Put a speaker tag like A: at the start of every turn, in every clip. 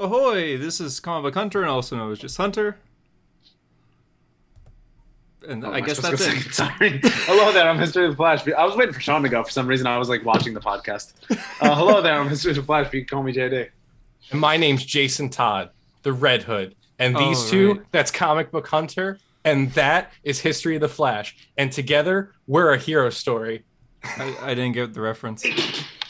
A: Ahoy! This is Comic Book Hunter, and also known as just Hunter. And
B: Oh,
A: I
B: am
A: guess
B: supposed
A: that's
B: to
A: it.
B: go second? Sorry. hello there, I'm History of the Flash. I was waiting for Sean to go for some reason. I was like watching the podcast. Uh, hello there, I'm History of the Flash. But you can call me JD.
C: And my name's Jason Todd, the Red Hood. And these
A: Oh,
C: two,
A: right.
C: that's Comic Book Hunter, and that is History of the Flash. And together, we're a hero story.
A: I, I didn't get the reference.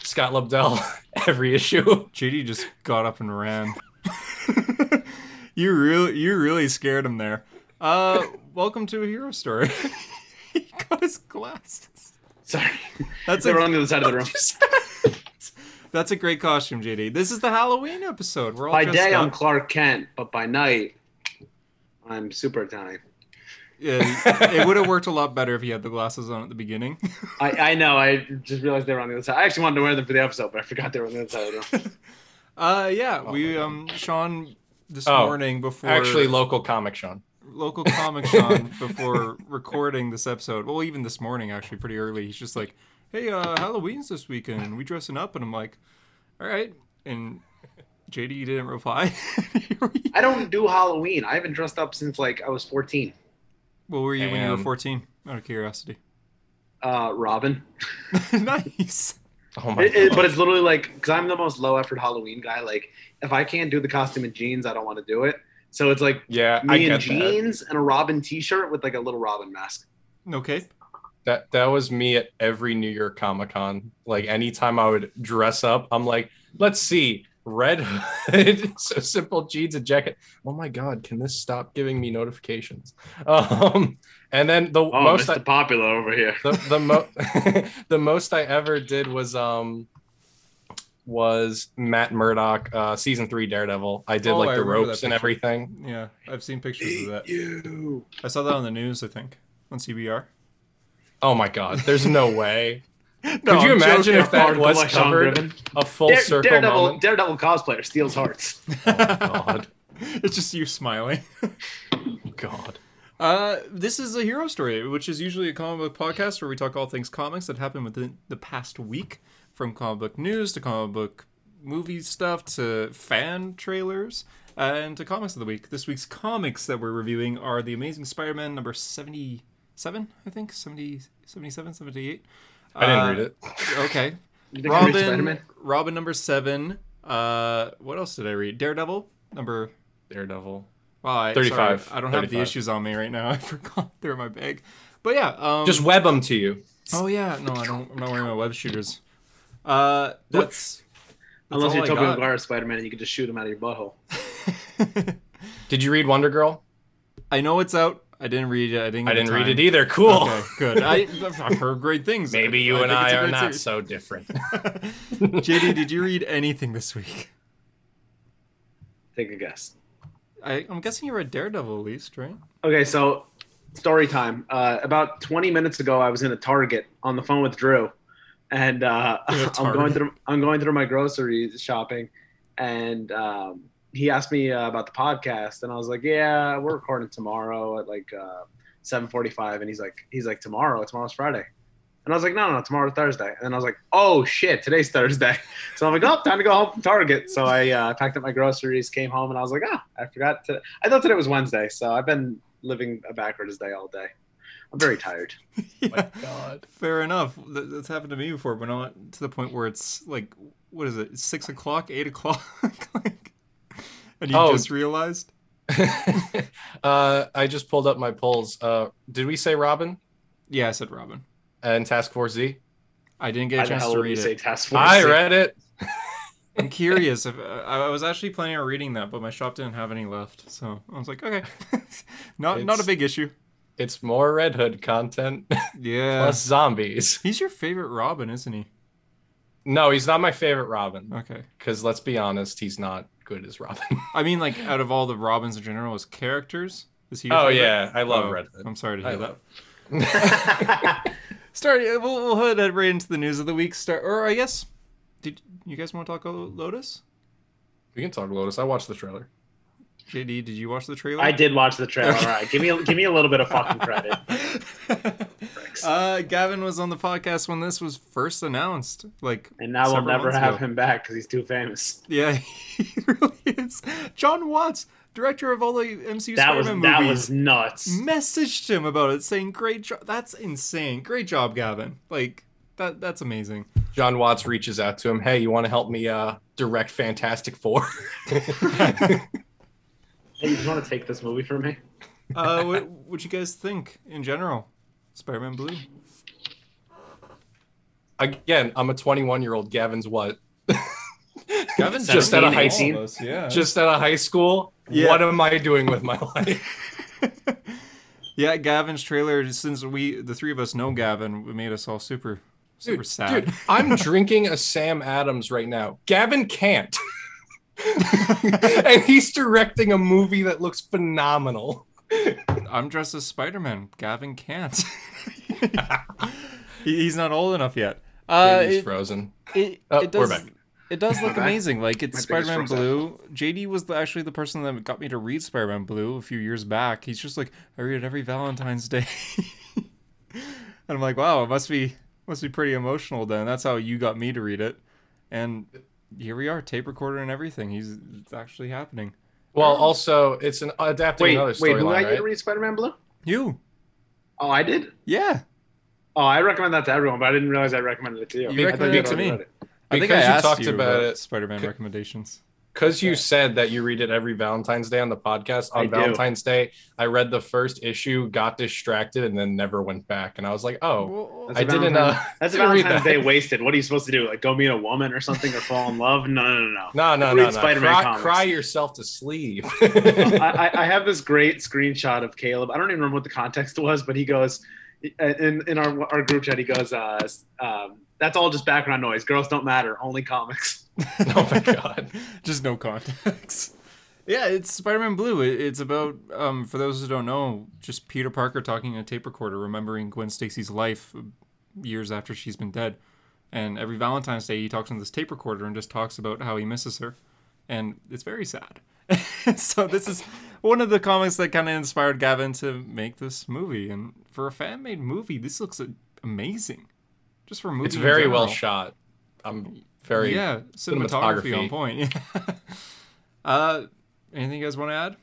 C: Scott Lobdell, every issue.
A: JD just got up and ran. you really, you really scared him there. Uh, welcome to a hero story. he got his glasses.
B: Sorry.
A: That's
B: They were
A: a,
B: on the other side of the room.
A: that's a great costume, JD. This is the Halloween episode. We're all
B: By
A: dressed
B: day, I'm
A: up.
B: Clark Kent, but by night, I'm super Italian.
A: Yeah, it would have worked a lot better if you had the glasses on at the beginning.
B: I, I know. I just realized they were on the other side. I actually wanted to wear them for the episode, but I forgot they were on the other side of the room.
A: Uh, yeah, we
C: my God.
A: um Sean this
C: Oh,
A: morning before
C: Actually, local comic, Sean.
A: local comic Sean before recording this episode. Well, even this morning actually, pretty early. He's just like, "Hey, uh, Halloween's this weekend. We dressing up?" And I'm like, "All right." And JD didn't reply.
B: I don't do Halloween. I haven't dressed up since like I was 14.
A: what were you when you were
C: Damn.
A: 14? Out of curiosity.
B: Uh, Robin.
A: nice.
C: Oh my
B: It, it,
C: God.
B: but it's literally like because I'm the most low effort Halloween guy. Like if I can't do the costume in jeans, I don't want to do it. So it's like
C: yeah,
B: me
C: I get
B: in
C: that.
B: jeans and a Robin T-shirt with like a little Robin mask.
A: Okay.
C: That that was me at every New York Comic Con. Like anytime I would dress up, I'm like, let's see, red hood, so simple jeans and jacket. Oh my god, can this stop giving me notifications? Um, and then the
B: Oh,
C: most
B: Mr.
C: I,
B: Popular over here.
C: the the, mo- the most I ever did was um was Matt Murdock uh, season three Daredevil. I did
A: Oh,
C: like
A: I
C: the
A: remember that
C: ropes and
A: picture.
C: everything.
A: Yeah, I've seen pictures of that.
B: You.
A: I saw that on the news. I think on CBR.
C: Oh my god, there's no way
A: No,
C: Could you
A: I'm
C: imagine
A: joking.
C: if that was covered? a full
B: Dare,
C: circle
B: Daredevil,
C: moment.
B: Daredevil cosplayer steals hearts.
C: Oh my god,
A: it's just you smiling.
C: god.
A: Uh, this is a hero story, which is usually a comic book podcast where we talk all things comics that happened within the past week, from comic book news to comic book movie stuff to fan trailers and to comics of the week. This week's comics that we're reviewing are The Amazing Spider-Man number 77, I think, 70, 77, 78.
C: I didn't
A: Uh,
C: read it.
A: Okay.
B: You think I read
A: Robin,
B: Spider-Man?
A: Robin number 7. Uh, what else did I read? Daredevil number
C: Daredevil.
A: Wow, I,
C: 35,
A: sorry, I don't have the
C: 35.
A: issues on me right now. I forgot they're in my bag. But yeah, um,
C: Just web them to you.
A: oh yeah, no, I don't. I'm not wearing my web shooters. Uh, that's, that's
B: Unless
A: all
B: you're
A: I
C: oh
B: Tobey
A: got.
B: Maguire Spider-Man and you can just shoot him out of your butthole.
C: Did you read Wonder Girl?
A: I know it's out. I didn't read it. I didn't.
C: I
A: get the
C: didn't read
A: time.
C: it either. Cool.
A: Okay, good. I, I've heard great things.
C: Maybe you
A: think
C: and
A: it's
C: I
A: a
C: are
A: great
C: not
A: series.
C: so different.
A: JD, did you read anything this week?
B: Take a guess.
A: I, I'm guessing you read Daredevil at least, right?
B: Okay, so story time. Uh, about 20 minutes ago, I was in a Target on the phone with Drew, and uh,
A: In a
B: I'm
A: Target?
B: going through I'm going through my grocery shopping, and um, he asked me uh, about the podcast, and I was like, "Yeah, we're recording tomorrow at like uh, 7:45," and he's like, "He's like tomorrow. Tomorrow's Friday." And I was like, no, no, tomorrow's Thursday. And then I was like, oh shit, today's Thursday. So I'm like, oh, time to go home from Target. So I uh, packed up my groceries, came home, and I was like, ah, I forgot to. I thought today was Wednesday. So I've been living a backwards day all day. I'm very tired.
A: Yeah.
C: God.
A: Fair enough. Th- That's happened to me before, but not to the point where it's like, what is it, six o'clock, eight o'clock, like, and you
C: Oh.
A: just realized.
C: uh, I just pulled up my polls. Uh, did we say Robin
A: Yeah, I said Robin.
C: and Task Force Z?
A: I didn't
B: Why
A: get a
B: the
A: chance
B: hell
A: to
B: would you
A: read
B: say
A: it.
B: task force?
C: I read it.
A: I'm curious if uh, I I was actually planning on reading that, but my shop didn't have any left, so I was like, okay, not not a
C: It's-
A: big issue.
C: It's more Red Hood content
A: Yeah,
C: plus zombies.
A: he's your favorite Robin, isn't he?
C: No, he's not my favorite Robin
A: Okay,
C: because let's be honest, he's not good as Robin.
A: I mean, like out of all the Robins in general, as characters, is he? Your
C: oh
A: favorite?
C: yeah, I love
A: Oh,
C: Red Hood.
A: I'm sorry to
C: I
A: hear that.
C: love-
A: Start. uh, We'll, we'll head right into the news of the week. Start, or I guess, did you guys want to talk about Lotus?
C: We can talk Lotus. I watched the trailer.
A: JD, did you watch the trailer?
B: I did watch the trailer. All right, give me a, give me a little bit of fucking credit.
A: Uh, Gavin was on the podcast when this was first announced. Like,
B: And now we'll
A: Several
B: never
A: months
B: have
A: ago.
B: him back because he's too famous.
A: yeah, he really is. John Watts, director of all the MCU
B: That was
A: Spider-Man
B: that
A: movies,
B: was nuts.
A: messaged him about it, saying, "Great job! That's insane! Great job, Gavin! Like that. That's amazing."
C: John Watts reaches out to him. Hey, you want to help me uh, direct Fantastic Four?
B: Hey, you just want to take this movie from me?
A: Uh, what would you guys think in general? Spider-Man Blue.
C: Again, I'm a 21 year old. Gavin's what?
A: Gavin's
C: just out of high
B: 17,
C: school.
B: 18.
A: Almost, yeah.
C: Just out of high school.
A: Yeah.
C: What am I doing with my life?
A: yeah, Gavin's trailer. Since we, the three of us, know Gavin, it made us all super, super
C: Dude,
A: sad.
C: dude, I'm drinking a Sam Adams right now. Gavin can't. and he's directing a movie that looks phenomenal.
A: I'm dressed as Spider Man. Gavin can't. He- he's not old enough yet. Uh,
C: Baby's
A: it,
C: frozen.
A: it,
C: Oh,
A: it
C: we're
A: does.
C: back.
A: It does look
B: back.
A: amazing. Like it's
B: My biggest
A: Spider Man
B: frozen.
A: Blue. JD was the- actually the person that got me to read Spider Man Blue a few years back. He's just like, I read it every Valentine's Day, and I'm like, wow, it must be must be pretty emotional. Then that's how you got me to read it, and here we are, tape recorder and everything. He's it's actually happening.
C: Well, also, it's an adapting
B: Wait,
C: another
B: wait, who I
C: storyline,
B: did
C: right?
B: read Spider-Man Blue?
A: You,
B: Oh, I did.
A: yeah.
B: Oh, I recommend that to everyone, but I didn't realize I recommended it to you.
A: You
B: I thought
A: recommended
B: you'd
A: it to
B: already
A: me.
B: read it.
A: I think I
C: Because you
A: asked
C: talked
A: you
C: about
A: about,
C: it.
A: Spider Man
C: C-
A: recommendations.
C: Because you
B: Yeah.
C: said that you read it every Valentine's Day on the podcast,
B: I
C: on
B: do.
C: Valentine's Day, I read the first issue, got distracted, and then never went back. And I was like, oh,
A: Well,
B: That's
C: I
B: a
C: didn't.
B: Valentine's-
C: Uh,
B: That's
C: Didn't read
B: Valentine's
C: that.
B: Day wasted. What are you supposed to do? Like go meet a woman or something, or fall in love? No, no, no, no.
C: no, no,
B: Read
C: no, no.
B: Spider-Man
C: Cry,
B: comics.
C: cry yourself to sleep.
B: I, I- I have this great screenshot of Caleb. I don't even remember what the context was, but he goes in in our our group chat. He goes, uh, s- um, "That's all just background noise. Girls don't matter. Only comics."
C: oh my god.
A: just no context. Yeah, it's Spider-Man Blue. It- It's about, um, for those who don't know, just Peter Parker talking in a tape recorder, remembering Gwen Stacy's life uh, years after she's been dead. And every Valentine's Day, he talks on this tape recorder and just talks about how he misses her, and it's very sad. so this is one of the comics that kind of inspired Gavin to make this movie. And for a fan-made movie, this looks uh, amazing. Just for a movie,
C: It's
A: in
C: very well
A: general.
C: shot. I'm very.
A: Yeah,
C: cinematography.
A: cinematography on point. uh, anything you guys want to add?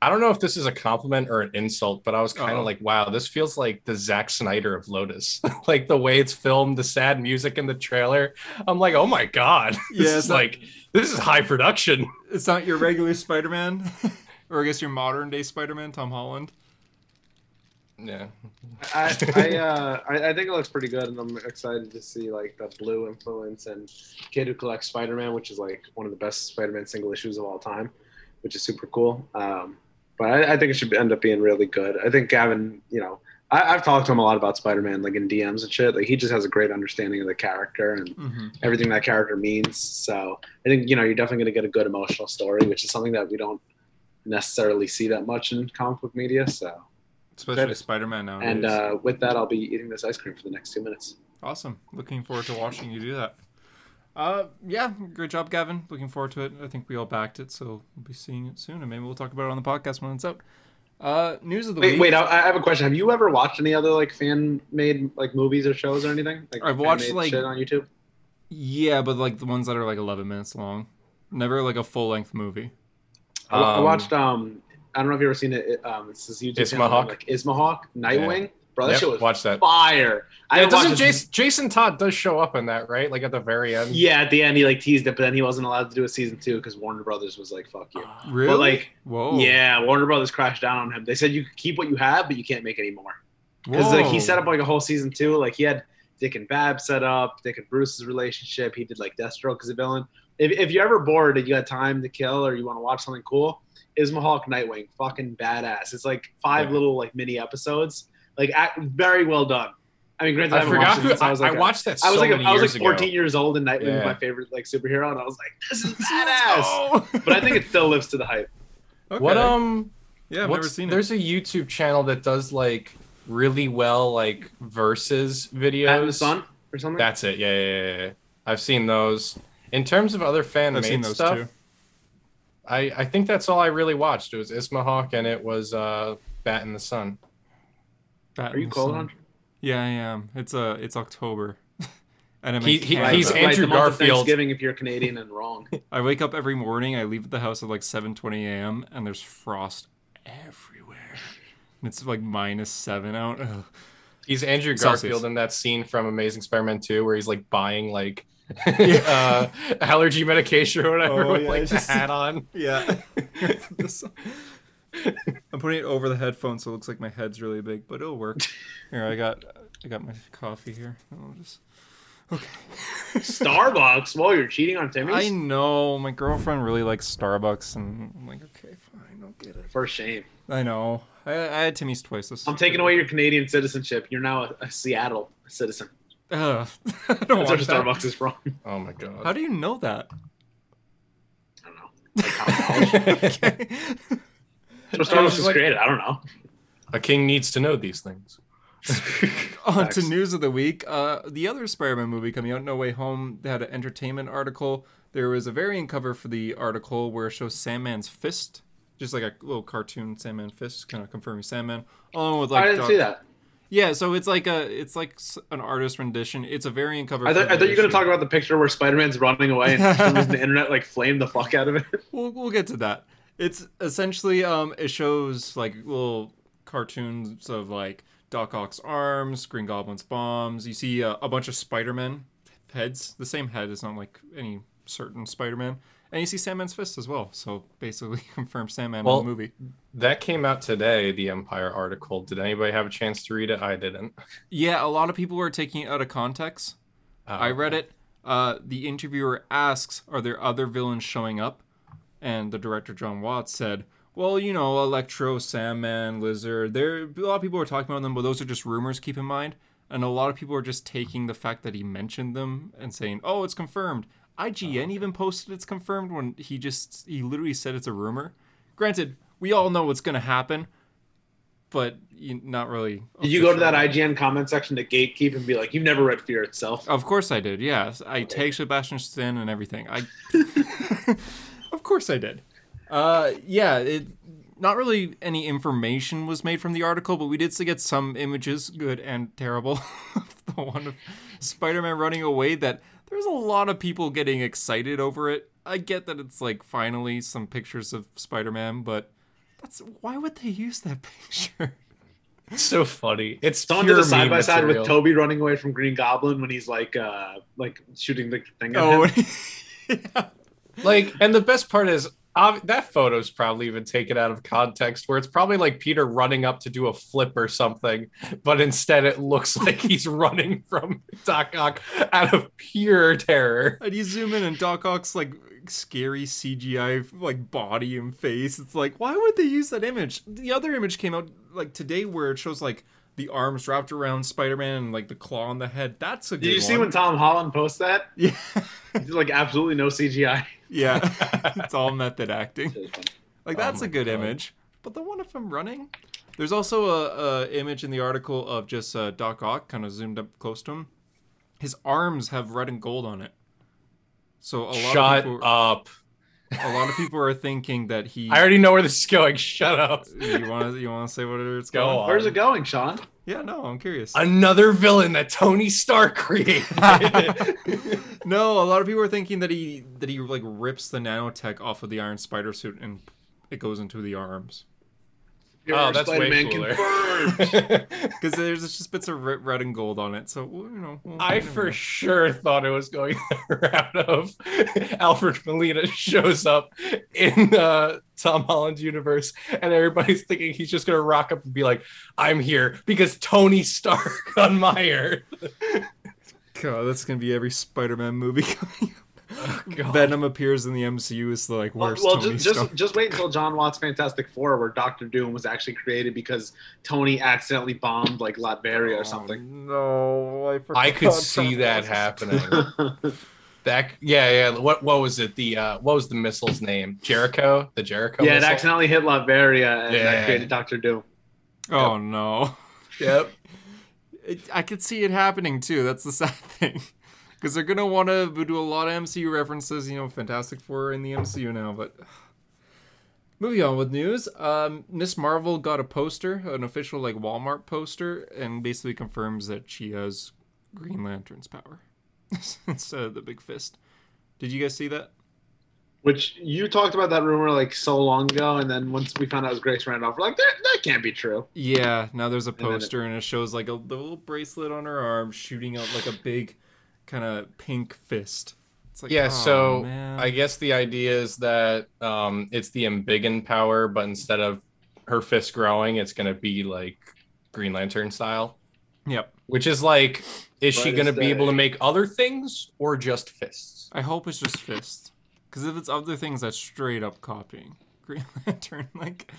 C: I don't know if this is a compliment or an insult, but I was kind
A: Uh-oh.
B: Uh-huh.
C: of like, wow, this feels like the Zack Snyder of Lotus. like the way it's filmed, the sad music in the trailer. I'm like, oh my god. This
A: Yeah,
C: is
A: it's not-
C: like this is high production.
A: It's not your regular Spider-Man, or I guess your modern-day Spider-Man, Tom Holland.
C: Yeah.
B: I I, uh, I I think it looks pretty good, and I'm excited to see like the blue influence and Kid Who Collects Spider-Man, which is like one of the best Spider-Man single issues of all time, which is super cool. Um, but I, I think it should end up being really good. I think Gavin, you know, I, I've talked to him a lot about Spider-Man, like in DMs and shit. Like he just has a great understanding of the character and
A: Mm-hmm.
B: everything that character means. So I think you know you're definitely going to get a good emotional story, which is something that we don't necessarily see that much in comic book media. So.
A: Especially
B: Good.
A: Spider-Man nowadays.
B: And uh, with that, I'll be eating this ice cream for the next two minutes.
A: awesome. Looking forward to watching you do that. Uh, yeah, great job, Gavin. Looking forward to it. I think we all backed it, so we'll be seeing it soon, and maybe we'll talk about it on the podcast when it's out. Uh, news of the
B: Wait,
A: week.
B: wait, I, I have a question. Have you ever watched any other like fan made like movies or shows or anything? Like,
A: I've watched,
B: fan-made
A: like-
B: shit on YouTube.
A: Yeah, but like the ones that are like 11 minutes long. Never like a full-length movie.
B: I, I
C: Um,
B: watched. Um, I don't know if you have ever seen it. it, Um, it's this YouTube channel,
C: Ismahawk?
B: like Ismahawk, Nightwing, bro. That
C: Yep,
B: shit was
C: watch that.
B: fire. I
C: Yeah,
B: haven't watched
C: doesn't
B: this-
C: Jason, Jason Todd does show up in that, right? Like at the very end.
B: Yeah, at the end he like teased it, but then he wasn't allowed to do a season two because Warner Brothers was like, "Fuck you."
A: Really?
B: But like,
A: Whoa.
B: yeah, Warner Brothers crashed down on him. They said you could keep what you have, but you can't make any more. Because like he
A: Whoa.
B: set up like a whole season two. Like he had Dick and Bab set up, Dick and Bruce's relationship. He did like Deathstroke as a villain. If, if you're ever bored and you got time to kill or you want to watch something cool, Ismahawk Nightwing, fucking badass. It's like five
C: Yeah.
B: little like mini episodes. Like act, very well done. I mean, granted, I,
C: I
B: haven't
C: forgot
B: watched
C: who
B: it since
C: I,
B: I was like
C: I
B: a-
C: watched that. So
B: I was like a,
C: many
B: I was like
C: years
B: 14
C: ago.
B: years old and Nightwing
C: Yeah.
B: was my favorite like superhero, and I was like, this is badass.
A: Badass.
B: but I think it still lives to the hype.
A: Okay.
C: What um?
A: Yeah, I've
C: what's-
A: never seen it.
C: there's a YouTube channel that does like really well like versus videos.
B: Pat and the Sun or something.
C: That's it. Yeah, yeah, yeah, yeah. I've seen those. In terms of other fan
A: I've seen
C: made
A: those
C: stuff,
A: too.
C: I I think that's all I really watched. It was Ismahawk and it was uh Bat in the Sun.
A: Bat
B: Are you
A: and the
B: cold
A: Sun.
B: on?
A: Yeah, I am. It's uh, it's October, and I'm in
C: He- he-
A: Canada.
C: he's
B: the
C: Andrew
B: month of
C: Garfield.
B: Thanksgiving if you're Canadian and wrong.
A: I wake up every morning. I leave the house at like 7:20 a.m. and there's frost everywhere. And it's like minus seven out. Ugh.
C: He's Andrew Garfield
A: Celsius.
C: in that scene from Amazing Spider-Man 2 where he's like buying like
A: Yeah.
C: uh, allergy medication or whatever
A: Oh,
C: with
A: yeah,
C: like
A: it's
C: the
A: just-
C: hat on.
A: Yeah. I'm putting it over the headphones, so it looks like my head's really big, but it'll work. Here, I got, I got my coffee here. I'll just.
B: Starbucks. While you're cheating on Timmy's.
A: I know my girlfriend really likes Starbucks, and I'm like, okay, fine, I'll get it.
B: For shame.
A: I know. I, I had Timmy's twice. This.
B: I'm taking away your Canadian citizenship. You're now a, a Seattle citizen.
A: Ugh. I don't
B: That's where
A: want that.
B: Starbucks is from. I
C: Oh my god.
A: How do you know that?
B: don't know. Like how knowledge-
A: Okay.
B: That's
C: I
B: where
C: was
B: Starbucks
C: just
B: was
C: like-
B: created. I don't know.
C: A king needs to know these things.
A: On to
B: Facts.
A: news of the week. Uh, the other Spider-Man movie coming out, No Way Home, they had an entertainment article. There was a variant cover for the article where it shows Sandman's fist, just like a little cartoon Sandman fist, kind of confirming Sandman. Along with like,
B: I didn't
A: Doc-
B: see that.
A: Yeah, so it's like a, it's like s- an artist rendition. It's a variant cover.
B: I thought,
A: for
B: I thought you were going
A: the
B: to talk about the picture where Spider Man's running away and for some reason the internet like flamed the fuck out of it.
A: we'll, we'll get to that. It's essentially um it shows like little cartoons of like Doc Ock's arms, Green Goblin's bombs. You see uh, a bunch of Spider-Man heads, the same head. It's not like any certain Spider-Man, and you see Sandman's fist as well. So basically, confirmed Sandman
C: Well-
A: in the movie.
C: That came out today, the Empire article. Did anybody have a chance to read it? I didn't.
A: Yeah, a lot of people are taking it out of context.
B: Oh,
A: I read it. Uh, the interviewer asks, "Are there other villains showing up?" And the director John Watts said, "Well, you know, Electro, Sandman, Lizard. There, a lot of people are talking about them, but those are just rumors. Keep in mind." And a lot of people are just taking the fact that he mentioned them and saying, "Oh, it's confirmed."
B: Oh,
A: IGN even posted it's confirmed when he just he literally said it's a rumor. Granted, we all know what's gonna happen, but you, not really.
B: Did you go to
A: official.
B: that IGN comment section to gatekeep and be like, you've never read Fear itself?
A: Of course I did. Yes, I take Sebastian Stan and everything. I, of course I did. Uh, yeah, it, not really any information was made from the article, but we did get some images, good and terrible. of the one of Spider-Man running away. That there's a lot of people getting excited over it. I get that it's like finally some pictures of Spider-Man, but that's why would they use that picture?
C: It's so funny. It's
B: Someone
C: pure
B: did a side
C: meme
B: by side with
C: material.
B: Toby running away from Green Goblin when he's like, uh, like shooting the thing at
A: Oh,
B: him.
A: yeah.
C: like and the best part is ob- that photo's probably even taken out of context where it's probably like peter running up to do a flip or something but instead it looks like he's running from doc ock out of pure terror
A: And you zoom in and Doc Ock's like scary CGI like body and face. It's like why would they use that image? The other image came out like today where it shows like the arms wrapped around Spider-Man and like the claw on the head. That's a good
B: Did you see
A: one.
B: when Tom Holland posts that?
A: Yeah.
B: He's like, absolutely no CGI.
A: yeah. it's all method acting. Like
C: Oh
A: that's
C: my
A: a good
C: God.
A: image. But the one of him running, there's also a, a image in the article of just uh, Doc Ock kind of zoomed up close to him. His arms have red and gold on it. So a lot
C: shut
A: of people,
C: up
A: a lot of people are thinking that he
C: i already know where this is going shut up
A: you want to you want to say whatever it's
C: Go
A: going?
C: on.
B: Where's it going, Sean?
C: Oh,
A: Yeah, no, I'm curious.
C: another villain that tony stark created
A: no, a lot of people are thinking that he that he like rips the nanotech off of the Iron Spider suit and it goes into the arms
C: Oh, that's way cooler.
B: confirmed.
A: because there's just bits of red, red and gold on it. So well, you know, we'll-
C: I
A: you never
C: for
A: know.
C: sure thought it was going the route of Alfred Molina shows up in uh, Tom Holland's universe, and everybody's thinking he's just gonna rock up and be like, "I'm here because Tony Stark on my Earth."
A: God, that's gonna be every Spider-Man movie. coming
C: Oh,
A: up.
C: God.
A: Venom appears in the MCU is like
B: well,
A: worst
B: well,
A: Tony
B: just, just
A: Stark.
B: just wait until John Watts' Fantastic Four, where Doctor Doom was actually created because Tony accidentally bombed like
A: Oh,
B: Latveria or something.
A: No, I forgot.
C: I could see that happening. That yeah yeah. What what was it? The uh, what was the missile's name? Jericho. The Jericho.
B: yeah, it
C: missile?
B: accidentally hit Latveria and that
C: Yeah.
B: created Doctor Doom.
A: Oh no.
C: Yep.
A: It, I could see it happening too. That's the sad thing. Because they're going to want to do a lot of MCU references, you know, Fantastic Four in the MCU now, but. Moving on with news, um, Miss Marvel got a poster, an official like Walmart poster, and basically confirms that she has Green Lantern's power instead of the big fist. Did you guys see that?
B: Which you talked about that rumor like so long ago, and then once we found out it was Grace Randolph, we're like that that can't be true.
A: Yeah, now there's a
B: then it-
A: poster and it shows like a little bracelet on her arm shooting out like a big kind of pink fist. It's like
C: Yeah,
A: "Aw,
C: so
A: man."
C: I guess the idea is that um, it's the embiggen power, but instead of her fist growing, it's going to be like Green Lantern style,
A: Yep.
C: which is like, is she
B: Right
C: going to
B: as
C: be able to
B: day.
C: make other things or just fists?
A: I hope it's just fist. Because if it's other things, that's straight up copying Green Lantern. Like,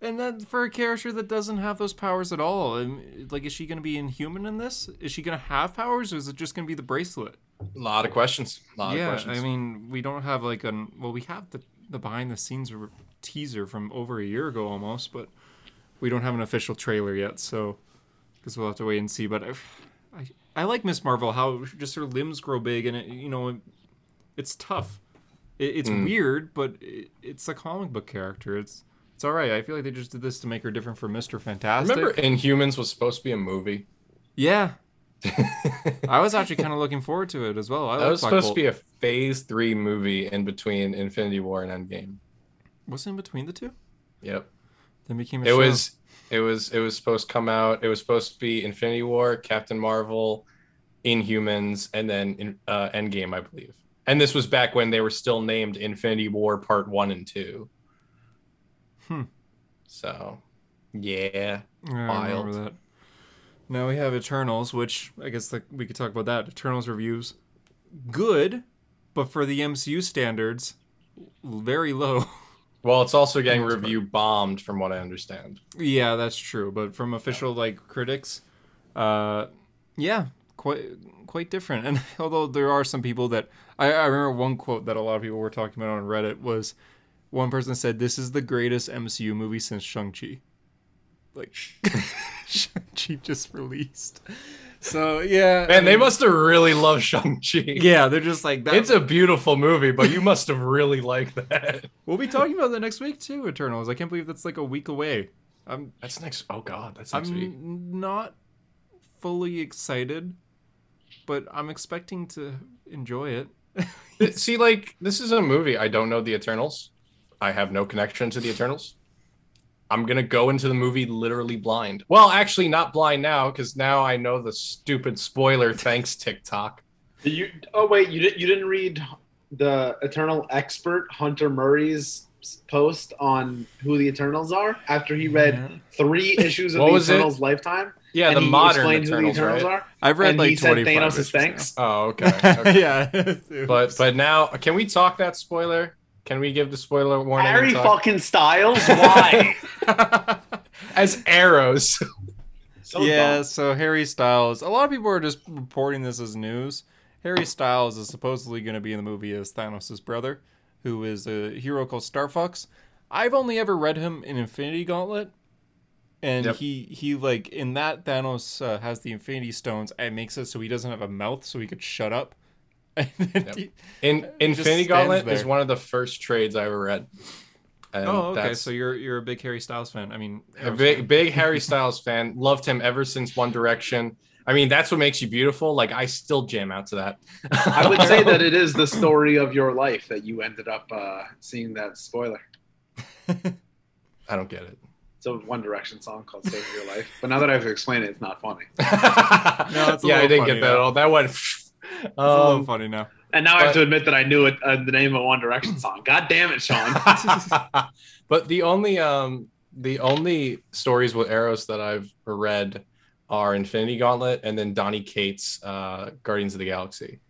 A: and then for a character that doesn't have those powers at all, and like, is she going to be inhuman in this? Is she going to have powers, or is it just going to be the bracelet?
C: A lot of questions. A lot
A: yeah,
C: of questions.
A: I mean, we don't have like an well, we have the the behind the scenes re- teaser from over a year ago almost, but we don't have an official trailer yet, so because we'll have to wait and see. But I, I, I like Miss Marvel how just her limbs grow big and it, you know, it's tough. It, it's
C: Mm.
A: weird, but it, it's a comic book character. It's it's all right. I feel like they just did this to make her different from Mister Fantastic.
C: Remember, Inhumans was supposed to be a movie.
A: Yeah,
C: that
A: I was actually kind of looking forward to it as well. I
C: was
A: like Black Bolt.
C: supposed to be a Phase Three movie in between Infinity War and Endgame.
A: What's in between the two?
C: Yep.
A: Then became a
C: it
A: show.
C: was it was it was supposed to come out it was supposed to be infinity war captain marvel inhumans and then in, uh endgame i believe and this was back when they were still named infinity war part one and two
A: Hmm.
C: so yeah
A: Yeah, I
C: Wild.
A: remember that. Now we have Eternals, which I guess like we could talk about that. Eternals reviews, good, but for the MCU standards, very low.
C: well it's also getting
A: That's right.
C: review bombed from what i understand
A: yeah, that's true. But from official like critics, uh, yeah, quite quite different. And although there are some people that I, I remember one quote that a lot of people were talking about on Reddit was one person said, "This is the greatest MCU movie since Shang Chi." Like Shang Chi just released. So yeah, I
C: man they
A: mean,
C: must have really loved shang-chi
A: Yeah, they're just like that.
C: it's a beautiful movie but you must have really liked that
A: we'll be talking about that next week too. Eternals. I can't believe that's like a week away. I'm
C: that's next oh god that's next
A: I'm
C: week
A: not fully excited, but I'm expecting to enjoy it.
C: Th- See, like this is a movie. I don't know the Eternals. I have no connection to the Eternals. I'm gonna go into the movie literally blind. Well, actually, not blind now because now I know the stupid spoiler. Thanks, TikTok.
B: You oh wait, you didn't you didn't read the Eternal expert Hunter Murray's post on who the Eternals are after he read
A: Yeah.
B: three issues of
C: What
B: the
C: was it?
B: Eternals lifetime.
C: Yeah, the
B: he
C: modern
B: explained
C: Eternals, right?
B: are.
A: I've read
B: And
A: like
B: he said
A: 25
B: Thanos is
A: issues
B: thanks?
C: Oh,
A: now.
C: okay. okay.
A: yeah,
C: But but now, can we talk that spoiler? Can we give the spoiler warning? and
B: Harry
C: talk-
B: fucking Styles, why?
C: as arrows.
B: so
A: yeah, so Harry Styles. A lot of people are just reporting this as news. Harry Styles is supposedly going to be in the movie as Thanos' brother, who is a hero called Star Fox. I've only ever read him in Infinity Gauntlet, and
C: Yep.
A: he he like in that Thanos uh, has the Infinity Stones and makes it so he doesn't have a mouth, so he could shut up. And then
C: Yep.
A: he-
C: In
A: It just
C: Infinity Gauntlet
A: stands
C: is
A: there.
C: one of the first trades I ever read. And
A: oh, okay.
C: that's-
A: So you're you're a big Harry Styles fan. I mean,
C: a
A: Arrows
C: big
A: fan.
C: big Harry Styles fan. Loved him ever since One Direction. I mean, that's what makes you beautiful. Like I still jam out to that.
B: I would say that it is the story of your life that you ended up uh, seeing that spoiler.
C: I don't get it.
B: It's a One Direction song called "Save Your Life," but now that I've explained it, it's not funny.
A: No, it's a
C: yeah, I
A: little
C: didn't
A: funny
C: get that
A: now.
C: at all. That went.
A: It's a little
C: Um,
A: funny now.
B: And now I have
C: But-
B: to admit that I knew it, uh, the name of a One Direction song. God damn it, Sean!
C: but the only um the only stories with arrows that I've read are Infinity Gauntlet and then Donny Cates uh Guardians of the Galaxy.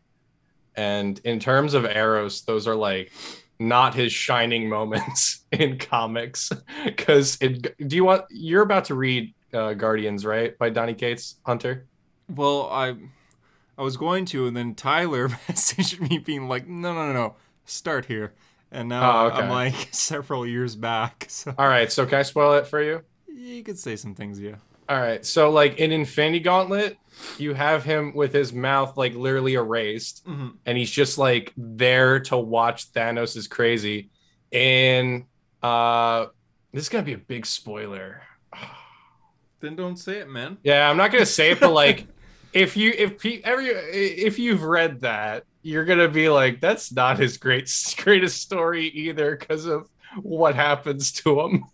C: And in terms of arrows, those are like not his shining moments in comics cuz it do you want you're about to read uh, Guardians, right? By Donny Cates, Hunter.
A: Well, I I was going to, and then Tyler messaged me being like, "No, no, no, no, start here." And now
C: Oh, okay.
A: I'm like several years back, so
C: All right, so can I spoil it for you?
A: you could say some things, yeah.
C: All right. So like in Infinity Gauntlet, you have him with his mouth like literally erased
A: Mm-hmm.
C: and he's just like there to watch Thanos is crazy. In Uh, this is gonna be a big spoiler.
A: Then don't say it, man.
C: Yeah, I'm not gonna say it, but like, if you if pe- every if you've read that, you're gonna be like, that's not his great greatest story either because of what happens to him.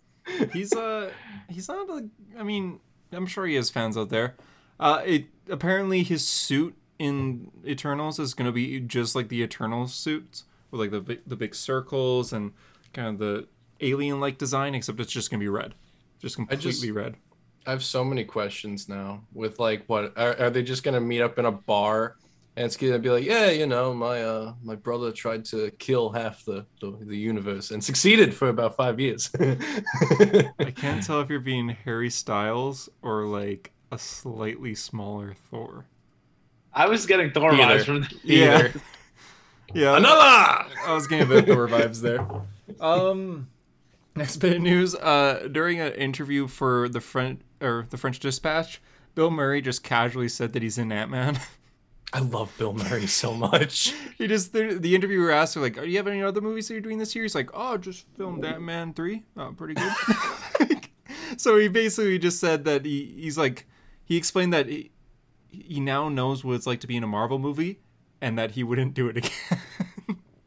A: He's uh he's not a I mean, I'm sure he has fans out there. Uh it apparently his suit in Eternals is going to be just like the Eternals suits with like the bi- the big circles and kind of the alien like design except it's just going to be red. Just completely
C: just-
A: red.
C: I have so many questions now. With like, what are, are they just gonna meet up in a bar? And it's gonna be like, yeah, you know, my uh, my brother tried to kill half the, the, the universe and succeeded for about five years.
A: I can't tell if you're being Harry Styles or like a slightly smaller Thor.
B: I was getting Thor
C: Either.
B: vibes from
A: Yeah. Yeah.
C: Another.
A: I was getting a bit of Thor vibes there. Um, next bit of news: uh, during an interview for the French or the French Dispatch, Bill Murray just casually said that he's in Ant Man.
C: I love Bill Murray so much.
A: he just the, the interviewer asked her like, "Do you have any other movies that you're doing this year?" He's like, "Oh, just filmed Ant Man three. Oh, pretty good." so he basically just said that he, he's like he explained that he, he now knows what it's like to be in a Marvel movie and that he wouldn't do it again.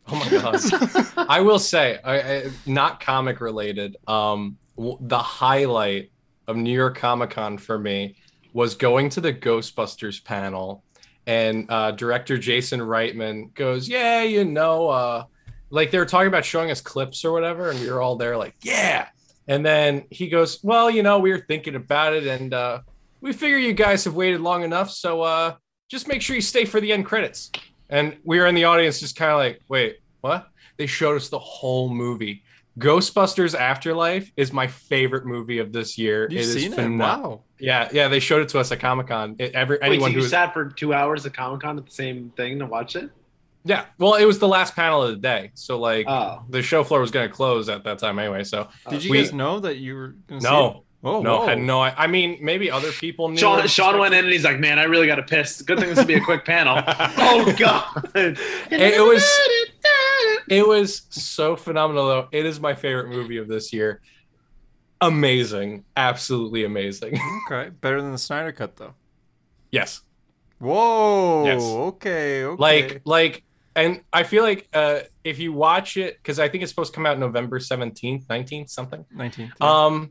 C: Oh my god! I will say, I, I, not comic related. Um, w- the highlight of New York Comic Con for me was going to the Ghostbusters panel, and uh, director Jason Reitman goes, "Yeah, you know, uh, like they were talking about showing us clips or whatever, and we were all there like, yeah." And then he goes, "Well, you know, we were thinking about it, and uh, we figure you guys have waited long enough, so uh, just make sure you stay for the end credits." And we were in the audience just kind of like, wait, what? They showed us the whole movie. Ghostbusters Afterlife is my favorite movie of this year.
A: You've
C: It is
A: seen it?
C: phenom-
A: Wow.
C: yeah, yeah, they showed it to us at Comic Con. Every
B: Wait, so
C: anyone
B: you
C: who was,
B: sat for two hours at Comic Con at the same thing to watch it?
C: yeah, well, it was the last panel of the day, so like
B: Oh,
C: the show floor was gonna close at that time anyway. So
A: Did you
C: Uh, We-
A: guys know that you were going to see it?
C: no,
A: Oh,
C: no,
A: whoa.
C: had no. I, I mean, maybe other people knew.
B: Sean, Sean went in and he's like, "Man, I really got to piss." Good thing this will be a quick panel. oh God!
C: it was- It was so phenomenal, though. It is my favorite movie of this year. Amazing, absolutely amazing.
A: Okay, better than the Snyder Cut though.
C: yes.
A: Whoa.
C: Yes.
A: Okay. Okay.
C: like like and i feel like uh if you watch it because i think it's supposed to come out november 17th 19th something
A: 19th.
C: um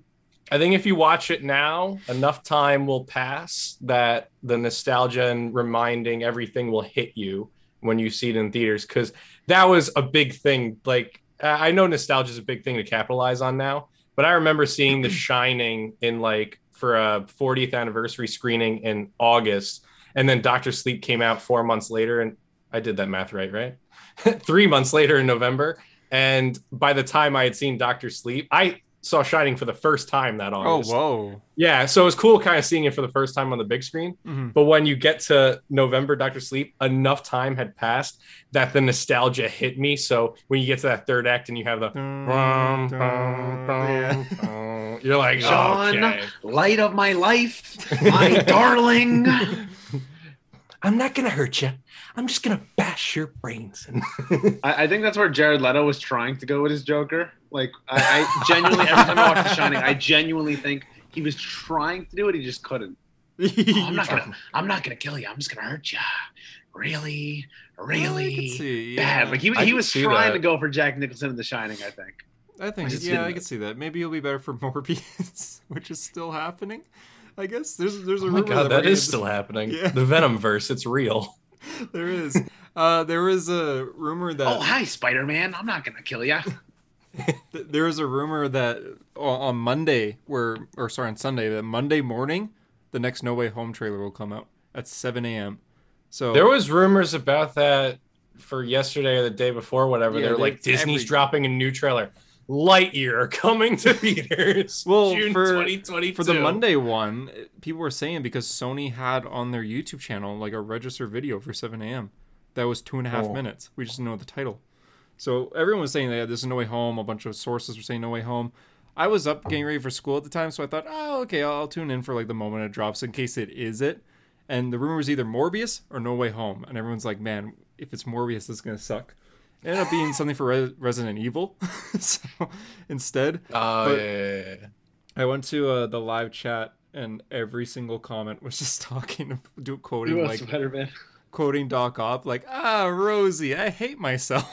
C: i think if you watch it now enough time will pass that the nostalgia and reminding everything will hit you when you see it in theaters because that was a big thing like i I know nostalgia is a big thing to capitalize on now but i remember seeing the shining in like for a 40th anniversary screening in august and then doctor sleep came out four months later and i did that math right right three months later in november and by the time i had seen doctor sleep i saw shining for the first time that
A: oh
C: august
A: whoa.
C: yeah so it was cool kind of seeing it for the first time on the big screen
A: Mhm.
C: but when you get to November, Doctor Sleep, enough time had passed that the nostalgia hit me. So when you get to that third act and you have the,
A: Dun, dun, Mm-hmm. yeah.
C: you're like,
B: Sean.
C: okay.
B: Light of my life, my darling.
C: I'm not gonna hurt you. I'm just gonna bash your brains.
B: I, I think that's where Jared Leto was trying to go with his Joker. Like, I, I genuinely, every time I watch The Shining, I genuinely think he was trying to do it. He just couldn't. Oh, I'm not gonna. I'm not gonna kill you. I'm just gonna hurt you. Really,
A: I could
B: really
A: see. Yeah.
B: bad. Like he,
C: I
B: he
C: could
B: was
C: see
B: trying
C: that.
B: to go for Jack Nicholson in The Shining. I think.
A: I think
C: I could see
A: yeah, I
C: that.
A: could see that. Maybe he'll be better for Morbius, which is still happening. I guess there's there's a
C: oh my
A: rumor
C: god,
A: that
C: that is still happening.
A: Yeah.
C: The Venom verse, it's real.
A: happening. There is. Uh, there is a rumor that
B: oh, hi, Spider Man. I'm not gonna kill you.
A: Th- there was a rumor that o- on Monday, where or sorry, on Sunday, that Monday morning, the next No Way Home trailer will come out at 7 a.m. So
C: There was rumors about that for yesterday or the day before, whatever.
A: Yeah,
C: They're
A: they-
C: like Disney's
A: every-
C: dropping a new trailer. Lightyear coming to theaters.
A: Well,
C: June
A: for-
C: 2022.
A: for the Monday one, it- people were saying because Sony had on their YouTube channel like a register video for 7 a.m. That was two and a half
C: Oh.
A: minutes. We just didn't know the title. So everyone was saying that this is No Way Home. A bunch of sources were saying No Way Home. I was up getting ready for school at the time, so I thought, oh, okay, I'll, I'll tune in for like the moment it drops in case it is it. And the rumor was either Morbius or No Way Home. And everyone's like, man, if it's Morbius, it's going to suck. It ended up being something for Re- Resident Evil. so instead,
C: Oh,
A: But-
C: yeah, yeah, yeah, yeah.
A: I went to uh, the live chat and every single comment was just talking, do, quoting
B: Who
A: like
B: else better man?
A: quoting Doc Ock, like ah Rosie, I hate myself.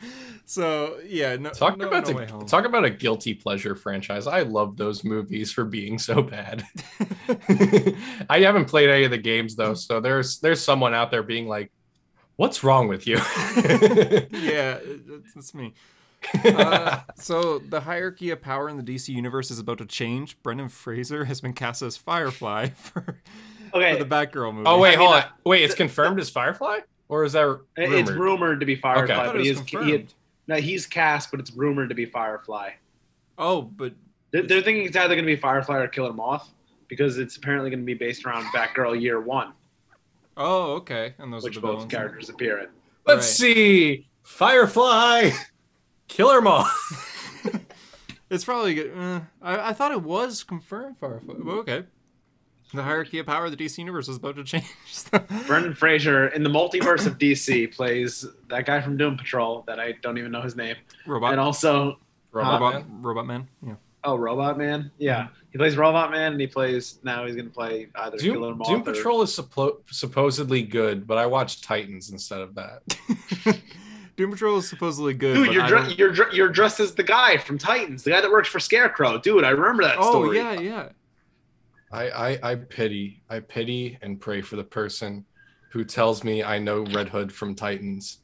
A: so yeah, no,
C: Talk
A: no,
C: about
A: no
C: the-
A: way home.
C: talk about a guilty pleasure franchise. I love those movies for being so bad. I haven't played any of the games though, so there's there's someone out there being like, "What's wrong with you?"
A: yeah, that's, that's me. Uh, so the hierarchy of power in the DC universe is about to change. Brendan Fraser has been cast as Firefly for, for
B: Okay,
A: the Batgirl movie.
C: oh
B: I
C: wait,
B: mean,
C: hold
B: uh,
C: on. Wait, it's confirmed as Firefly, or is that r-
B: it-
C: rumored?
B: it's rumored to be
A: I
B: Firefly,
C: Okay.
A: thought it
B: but he
A: was
B: is
A: confirmed.
B: he, no, he's cast, but it's rumored to be Firefly.
A: oh, but
B: They're, they're thinking it's either going to be Firefly or Killer Moth because it's apparently going to be based around Batgirl Year One,
A: oh, okay. And those
B: which
A: are the
B: both characters appear in.
C: Let's
A: Right.
C: see, Firefly, Killer Moth.
A: It's probably good. Uh, I, I thought it was confirmed Firefly. Well, okay. The hierarchy of power of the DC universe is about to change.
B: Brendan Fraser in the multiverse of DC plays that guy from Doom Patrol that I don't even know his name, and
A: Robot,
B: also
C: Robot
A: robot,
C: Man.
A: robot man. Yeah.
B: oh Robot Man,
A: Mm-hmm.
B: yeah, he plays Robot Man, and he plays now he's going to play either Killer
C: Doom,
B: Moth
C: Doom
B: or
C: Patrol is suppo- supposedly good, but I watched Titans instead of that.
A: Doom Patrol is supposedly good.
B: Dude,
A: but
B: you're,
A: I
B: dre-
A: don't-
B: you're, dre- you're dressed as the guy from Titans, the guy that works for Scarecrow. Dude, I remember that
A: oh
B: story.
A: yeah, yeah.
C: I, I I pity I pity and pray for the person who tells me I know Red Hood from Titans.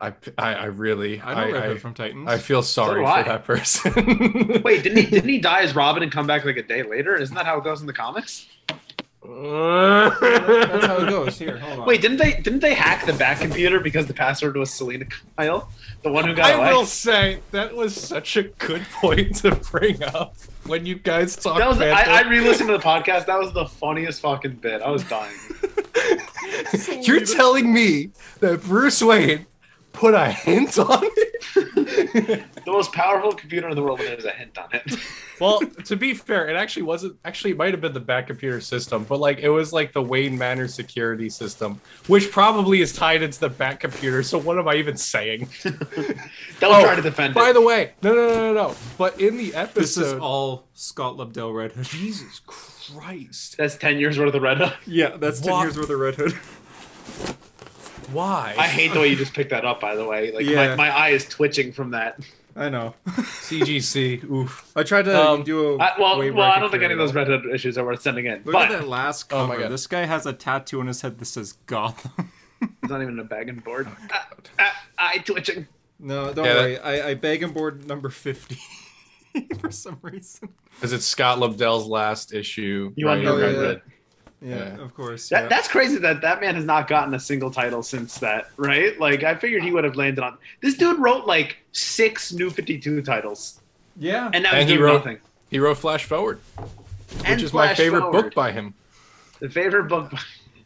C: I I, I really
A: I know
C: I,
A: Red
C: I,
A: Hood from Titans.
C: I feel sorry
B: I.
C: for that person.
B: Wait, didn't he didn't he die as Robin and come back like a day later? Isn't that how it goes in the comics?
A: That's how it goes. Here, hold on.
B: Wait, didn't they didn't they hack the back computer because the password was Selena Kyle, the one who got
C: I
B: away?
C: will say that was such a good point to bring up when you guys talked.
B: That was
C: Panther.
B: I, I re-listened to the podcast. That was the funniest fucking bit. I was dying.
C: You're telling me that Bruce Wayne put a hint on it.
B: The most powerful computer in the world, and there's a hint on it.
C: well, to be fair, it actually wasn't. Actually, it might have been the back computer system, but like it was like the Wayne Manor security system, which probably is tied into the back computer. So what am I even saying?
B: Don't
C: Oh,
B: try to defend
C: By
B: it.
C: the way, no, no, no, no, no. But in the episode,
A: this is all Scott Lobdell Red Hood.
C: Jesus Christ,
B: That's ten years worth of red. Hood.
A: yeah, that's ten
C: Wha-
A: years worth of Red Hood.
C: why?
B: I hate the way you just picked that up. By the way, like
A: Yeah.
B: my, my eye is twitching from that.
A: I know.
C: CGC. Oof.
A: I tried to
C: Um,
A: do a.
B: I, Uh, well,
A: way where
B: well, I don't
A: could
B: think any of
A: carry
B: those
A: it all.
B: Red Hood issues are worth sending in.
A: Look
B: but
A: at that last
C: Oh
A: cover.
C: my God.
A: This guy has a tattoo on his head that says Gotham.
B: it's not even a bag and board. Ah, ah, eye twitching.
A: No, don't
C: Yeah, that-
A: worry. I, I beg and board number 50 for some reason.
C: Because it's Scott Lobdell's last issue.
B: You want
C: right?
B: to know
A: Oh,
C: Red
A: yeah.
C: Hood.
A: Yeah,
C: Yeah.
A: of course.
B: That,
A: yeah.
B: That's crazy that that man has not gotten a single title since that, right? Like, I figured he would have landed on. This dude wrote like six New Fifty Two titles,
A: yeah.
B: and now
C: And
B: he's
C: he
B: doing
C: wrote-
B: nothing.
C: He wrote Flash Forward,
B: and
C: which is my
B: Flash
C: favorite book
B: Forward.
C: by him.
B: The favorite book. By,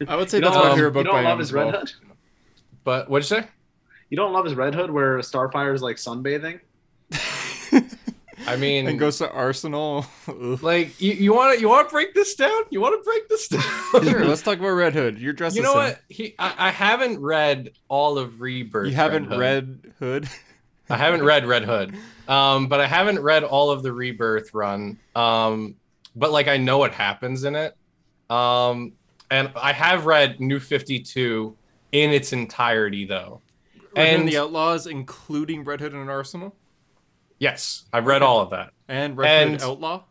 A: I would say
B: you
A: that's
B: don't,
A: my
B: love,
A: favorite
B: you
A: book
B: don't
A: by
B: love
A: him
B: his
A: as well.
B: Red Hood.
C: But what'd you say?
B: You don't love his Red Hood, where Starfire is like sunbathing.
C: I mean,
A: and goes to Arsenal. Ugh.
C: like you, you want to you want to break this down? You want to break this down?
A: sure, let's talk about Red Hood. You're dressed
C: you
A: as
C: know
A: him.
C: what? He I, I haven't read all of Rebirth.
A: You haven't
C: Red
A: read
C: Hood.
A: Hood.
C: I haven't read Red Hood. Um, but I haven't read all of the Rebirth run. Um, but like I know what happens in it. Um, and I have read New Fifty Two in its entirety though.
A: Red Hood
C: And-
A: and the Outlaws, including Red Hood and Arsenal,
C: Yes, I've read all of that.
A: and Red
C: And
A: Hood Outlaw.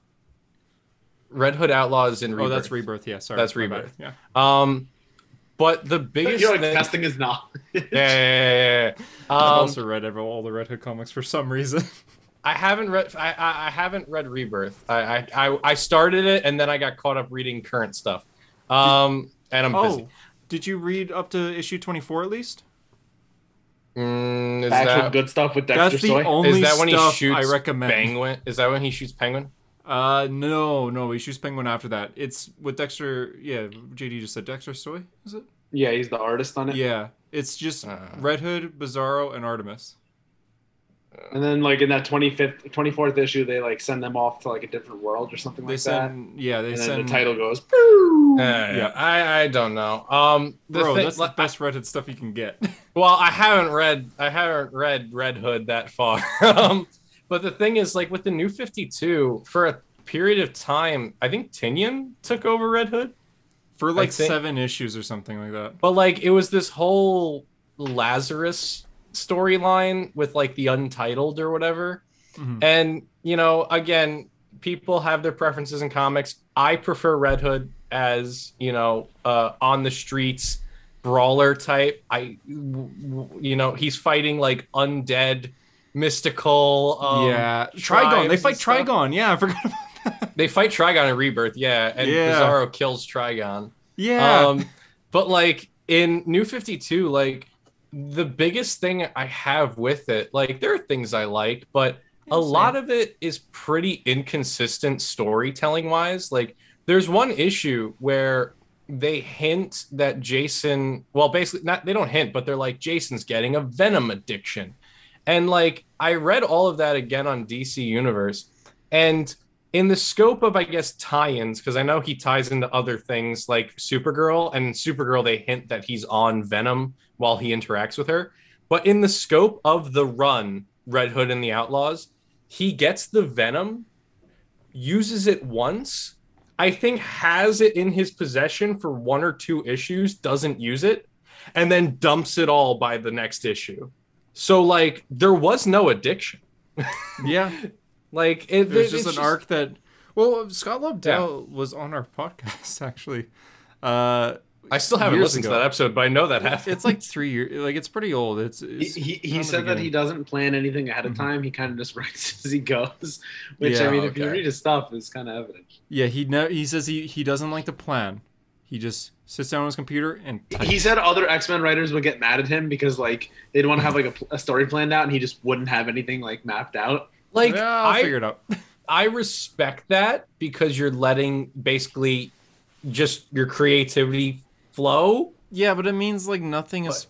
C: Red Hood Outlaw is in Rebirth.
A: Oh, that's Rebirth. Yeah, sorry.
C: That's
A: my bad.
C: Rebirth.
A: Yeah.
C: Um, but the biggest
B: You're like
C: thing.
B: testing his knowledge.
C: Yeah, yeah, yeah, yeah, yeah.
A: I've
C: Um,
A: also read ever- all the Red Hood comics for some reason.
C: I haven't read. I, I, I haven't read Rebirth. I, I- I I started it and then I got caught up reading current stuff. Um, and I'm busy.
A: oh, did you read up to issue 24 at least?
C: Mm, is
B: Actual
C: that
B: good stuff with
A: That's
B: Dexter
A: Oh. the
B: Soy.
A: only
C: is that when he
A: stuff
C: shoots
A: I recommend.
C: Penguin? Is that when he shoots Penguin?
A: Uh, no, no, he shoots Penguin after that. It's with Dexter. Yeah, JD just said Dexter Soy. Is it?
B: yeah, he's the artist on it.
A: Yeah, it's just
C: Uh.
A: Red Hood, Bizarro, and Artemis.
B: And then like in that 25th, 24th issue, they like send them off to like a different world or something
A: They
B: like that.
A: send. Yeah, they
B: And then
A: send.
B: the title goes. "Pew!"
C: yeah, Uh, I I don't know. Um, the
A: Bro,
C: thing-
A: that's the best Red Hood stuff you can get.
C: Well, I haven't read I haven't read Red Hood that far. um, but the thing is, like with the new Fifty Two, for a period of time, I think Tinian took over Red Hood.
A: for like
C: think-
A: seven issues or something like that.
C: But like it was this whole Lazarus storyline with like the Untitled or whatever.
A: Mhm.
C: And you know, again, people have their preferences in comics. I prefer Red Hood as you know, uh, on the streets brawler type. I, w- w- you know, he's fighting like undead, mystical. Um,
A: yeah, Trigon. They
C: tribes
A: fight
C: and stuff.
A: Trigon. Yeah, I forgot about.
C: They fight Trigon in Rebirth. Yeah, and
A: Yeah.
C: Bizarro kills Trigon.
A: Yeah,
C: Um, but like in New 52, like the biggest thing I have with it, like there are things I like, but a lot of it is pretty inconsistent storytelling wise. Like there's one issue where they hint that Jason, well, basically not they don't hint, but they're like Jason's getting a venom addiction. And like I read all of that again on DC Universe and in the scope of I guess tie-ins because I know he ties into other things like Supergirl and in Supergirl they hint that he's on Venom while he interacts with her. But in the scope of the run, Red Hood and the Outlaws, he gets the venom, uses it once, I think has it in his possession for one or two issues, doesn't use it, and then dumps it all by the next issue. So like there was no addiction.
A: yeah.
C: Like it,
A: There's
C: it-
A: just an
C: it's
A: arc that. Well, Scott Lobdell was on our podcast actually. Uh,
C: I still haven't
A: years
C: listened
A: ago.
C: to that episode, but I know that happened.
A: it's like three years. Like it's pretty old. It's,
B: He,
A: it's
B: he,
A: from
B: he
A: the
B: said that he
A: beginning.
B: doesn't plan anything ahead of
A: Mhm.
B: time. He kind of just writes as he goes, which
A: Yeah,
B: I mean, if you
C: okay.
B: read his stuff, it's kind of evident.
A: yeah. He no. He says he he doesn't like to plan. He just sits down on his computer and types.
B: He said other X Men writers would get mad at him because like they'd want to have like a, pl- a story planned out, and he just wouldn't have anything like mapped out.
C: like
A: yeah, I'll
C: I,
A: figure it out.
C: I respect that because you're letting basically just your creativity flow
A: Yeah, but it means like nothing is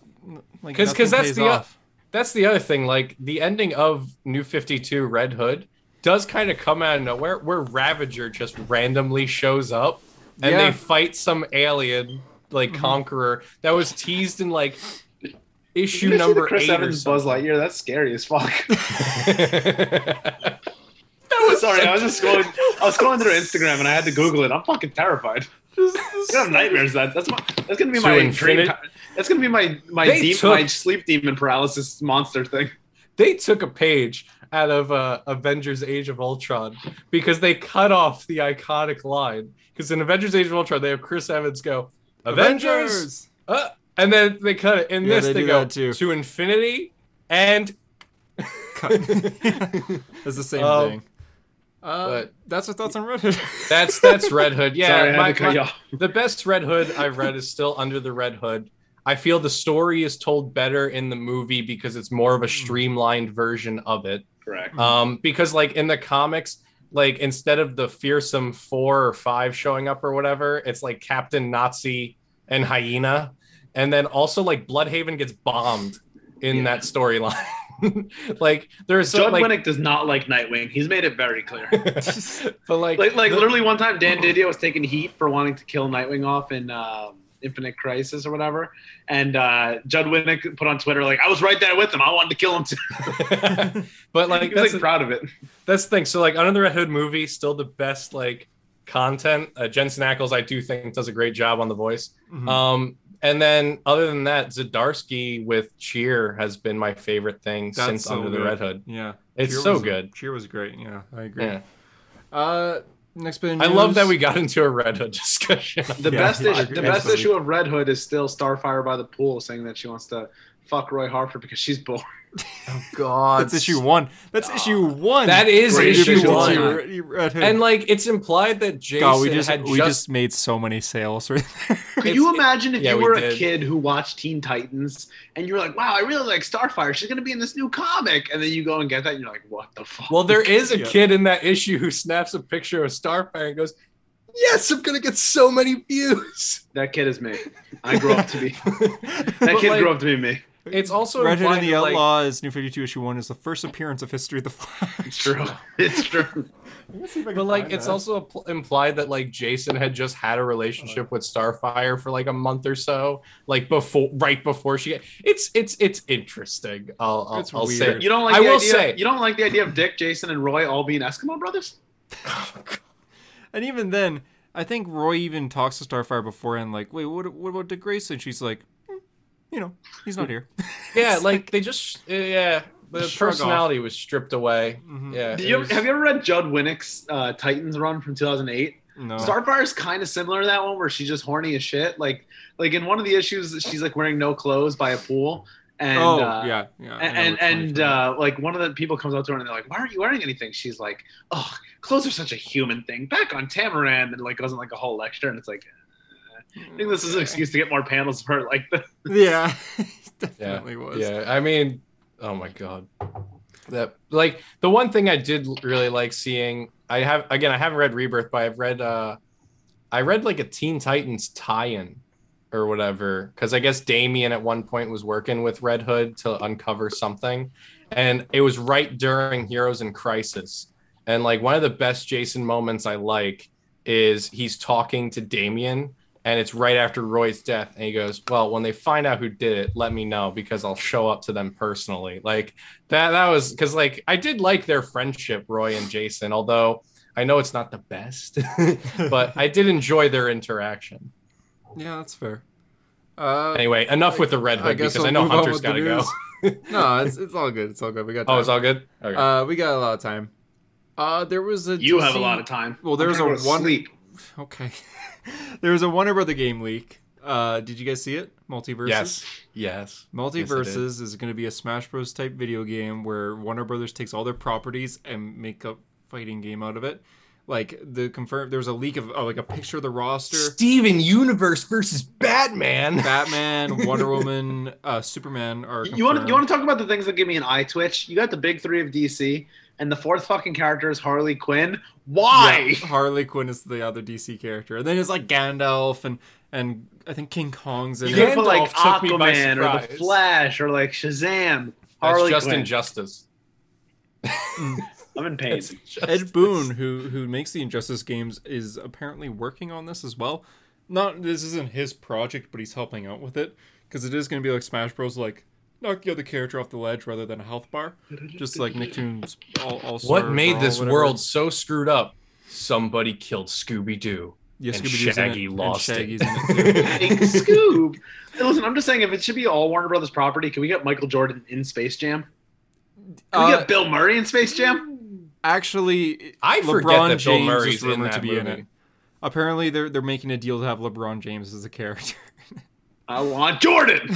A: like
C: 'Cause- 'cause
A: nothing
C: that's
A: pays
C: the-
A: off.
C: that's the other thing like the ending of new 52 red hood does kind of come out of nowhere where ravager just randomly shows up and
A: Yeah.
C: they fight some alien like
B: Mm-hmm.
C: conqueror that was teased in like issue
B: You guys see the
C: number
B: Chris
C: eight
B: Evans
C: or
B: Buzz Lightyear. That's scary as fuck.
C: something.
B: Sorry, I was just scrolling. I was scrolling through Instagram and I had to Google it. I'm fucking terrified. I have nightmares. That that's my, that's gonna be
C: To
B: my
C: infinite-
B: dream. That's gonna be my my,
C: They
B: deep,
C: took-
B: my sleep demon paralysis monster thing.
C: they took a page out of uh, Avengers Age of Ultron because they cut off the iconic line. Because in Avengers Age of Ultron, they have Chris Evans go, Avengers! Uh, and then they cut it. In
A: Yeah,
C: this,
A: they
C: they,
A: do
C: go
A: that too.
C: to infinity and.
A: Cut. It's the same
C: Um,
A: thing. Uh,
C: but-
A: that's our thoughts on Reddit.
C: That's that's Red Hood. Yeah,
B: Sorry, I had
C: my-
B: to cut
C: my-
B: you off.
C: the best Red Hood I've read is still Under the Red Hood. I feel the story is told better in the movie because it's more of a
A: Hmm.
C: streamlined version of it.
B: Correct.
C: um because like in the comics like instead of the fearsome four or five showing up or whatever it's like captain nazi and hyena and then also like bloodhaven gets bombed in
B: Yeah.
C: that storyline like there's so
B: Judd
C: like
B: Winnick does not like Nightwing. He's made it very clear.
C: but like,
B: like like
C: the-
B: literally one time Dan Didio was taking heat for wanting to kill Nightwing off in um, Infinite Crisis or whatever, and uh, Judd Winnick put on Twitter like I was right there with him. I wanted to kill him too.
C: but
B: Like
C: like
B: he was
C: that's,
B: like, proud of it.
C: that's the thing so like under the red hood movie still the best like content uh, jensen ackles i do think does a great job on the voice
A: Mhm.
C: Um, and then other than that, Zadarsky with Cheer has been my favorite thing
A: That's
C: since
A: so
C: Under the
A: good.
C: Red Hood.
A: yeah,
C: It's
A: Cheer
C: so
A: was-
C: good.
A: Cheer was great. Yeah, I agree.
C: Yeah.
A: Uh, next bit. of
C: I love
A: news.
C: that we got into a Red Hood discussion.
B: The
A: Yeah,
B: best
A: yeah, I
B: issue,
A: agree.
B: the best
A: Absolutely.
B: issue of Red Hood is still Starfire by the pool saying that she wants to fuck Roy Harper because she's bored.
C: Oh God,
A: That's issue one. That's issue one.
C: That is
B: Great
C: issue
B: issue
C: one.
B: one.
C: And like, it's implied that Jason
A: God, we just
C: had
A: we
C: just,
A: just made so many sales right there.
B: Could
C: It's-
B: you imagine if
C: yeah,
B: you
C: we
B: were a
C: did.
B: kid who watched Teen Titans and you were like, "Wow, I really like Starfire. She's gonna be in this new comic," and then you go and get that, and you're like, "What the fuck?"
C: Well, there is a
A: Yeah.
C: kid in that issue who snaps a picture of Starfire and goes, "Yes, I'm gonna get so many views."
B: that kid is me. I grew up to be. That
C: But,
B: kid
C: like,
B: grew up to be me.
C: It's also
A: Red Hood
C: implied
A: and the
C: that, like-
A: Outlaw is New 52 issue 1 is the first appearance of History of the Flash.
B: It's true. It's true.
C: But like, it's also impl- implied that like Jason had just had a relationship with Starfire for like a month or so, like before, right before she. It's it's it's interesting. I'll I'll,
A: It's
C: I'll say.
A: weird.
C: it.
B: You don't like.
C: I
B: the
C: will
B: idea,
C: say-
B: you don't like the idea of Dick, Jason, and Roy all being Eskimo brothers.
A: And even then, I think Roy even talks to Starfire beforehand, like, wait, what, what about Dick Grayson? She's like, "Hmm, you know, he's not here.
C: Yeah, like they just yeah, the
A: Shrug off.
C: personality was stripped away.
A: Mhm.
C: Yeah,
B: Do
C: it
B: you,
C: was-
B: Have you ever read Judd Winnick's uh, Titans run from 2008?
A: No.
C: Uh.
B: Starfire's kind of similar to that one where she's just horny as shit. Like, like in one of the issues, she's like wearing no clothes by a pool, and
A: oh,
B: uh,
A: yeah, yeah. I know which
B: and
A: one you're
B: and
A: talking about.
B: uh, like one of the people comes up to her and they're like, "Why aren't you wearing anything?" She's like, "Oh, clothes are such a human thing." Back on Tamaran, and like goes on like a whole lecture, and it's like, I think this is an excuse to get more panels of her. Like, the,
A: Yeah, it definitely was.
C: Yeah, I mean, oh my god, that like the one thing I did really like seeing. I have again, I haven't read Rebirth, but I've read. uh I read like a Teen Titans tie-in or whatever, because I guess Damien at one point was working with Red Hood to uncover something, and it was right during Heroes in Crisis, and like one of the best Jason moments I like is he's talking to Damien and it's right after Roy's death. And he goes, "Well, when they find out who did it, let me know because I'll show up to them personally." Like that. That was because like I did like their friendship, Roy and Jason. Although I know it's not the best, but I did enjoy their interaction.
A: Yeah, that's fair. Uh,
C: Anyway, enough with the Red Hood because I know
A: move on
C: Hunter's
A: with the
C: got to go.
A: news. no, it's, it's all good. It's all good. We got. Time.
C: Oh, it's all good. Okay.
A: Uh, we got a lot of time. Uh, there was a.
B: you
A: DC
B: have a lot of time.
A: Well, there's
B: I'm
A: a
B: trying to go to
A: one-
B: Sleep.
A: Okay. there was a Warner Brother game leak. Uh, did you guys see it? Multiverses.
C: yes, yes.
A: Multiverses
C: Yes, I
A: is going to be a Smash Bros. type video game where Warner Brothers takes all their properties and make a fighting game out of it. Like the confirmed, there was a leak of, of like a picture of the roster.
C: Steven Universe versus Batman.
A: Batman, Wonder Woman, uh, Superman are.
B: You want to you
A: confirmed.
B: want to talk about the things that give me an eye twitch? You got the big three of DC, and the fourth fucking character is Harley Quinn. Why?
A: Yeah, Harley Quinn is the other DC character, and then it's like Gandalf and and I think King Kong's in
B: You
A: it.
C: Yeah.
B: could put like
C: Gandalf took me by
B: Aquaman or the
C: surprise.
B: Flash or like Shazam.
C: That's
B: Harley
C: just
B: Quinn.
C: injustice.
B: I'm in pain.
C: That's
A: Ed
C: injustice.
A: Boon, who who makes the Injustice games, is apparently working on this as well. Not this isn't his project, but he's helping out with it because it is going to be like Smash Bros. Like knock the other character off the ledge rather than a health bar, just like Nicktoons. All, all
C: What made this world so screwed up? Somebody killed Scooby Doo.
A: Yes,
C: and Shaggy lost
A: Shaggy's
C: it.
A: in it too.
B: Hey, Scoob. Hey, Listen, I'm just saying, if it should be all Warner Brothers property, can we get Michael Jordan in Space Jam? Can we
A: Uh,
B: get Bill Murray in Space Jam?
A: Actually,
C: I forget
A: LeBron
C: that Bill
A: James
C: Murray's
A: is
C: in
A: rumored
C: that
A: to be
C: movie.
A: in it. Apparently, they're they're making a deal to have LeBron James as a character.
B: I want Jordan.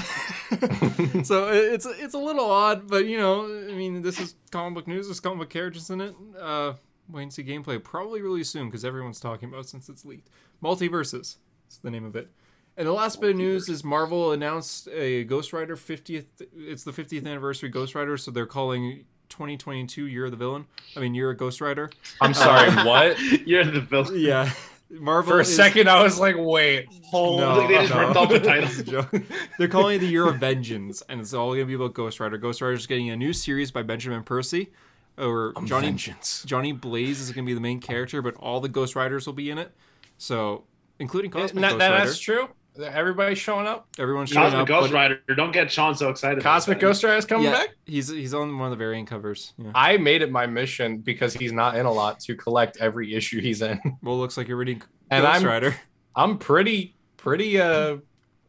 A: so it- it's it's a little odd, but you know, I mean, this is comic book news. There's comic book characters in it. Uh, wait and see gameplay probably really soon because everyone's talking about it since it's leaked. Multiverses is the name of it. And the last bit of news is Marvel announced a Ghost Rider 50th. It's the 50th anniversary Ghost Rider, so they're calling 2022 Year of the Villain. I mean, Year of Ghost Rider.
C: I'm sorry, what?
B: You're the villain.
A: Yeah, Marvel
C: For a
A: is-
C: second, I was like, wait, hold
A: No,
B: Like, they just
A: no.
B: ripped off the
A: It's a
B: title.
A: joke. They're calling it the Year of Vengeance, and it's all going to be about Ghost Rider. Ghost Rider is getting a new series by Benjamin Percy, or Johnny
C: Vengeance.
A: Johnny Blaze is going to be the main character, but all the Ghost Riders will be in it, so including Cosmic
C: That,
A: Ghost
C: that's
A: Rider.
C: true. Everybody's showing up.
A: Everyone's showing
B: Cosmic
A: up.
B: Ghost
A: but-
B: Rider. Don't get Sean so excited. about
C: Cosmic
B: that.
C: Ghost Rider's coming
A: yeah,
C: back.
A: he's he's on one of the variant covers. Yeah.
C: I made it my mission because he's not in a lot to collect every issue he's in.
A: Well, looks like you're reading
C: And
A: Ghost
C: I'm-
A: Rider.
C: I'm pretty, pretty, uh,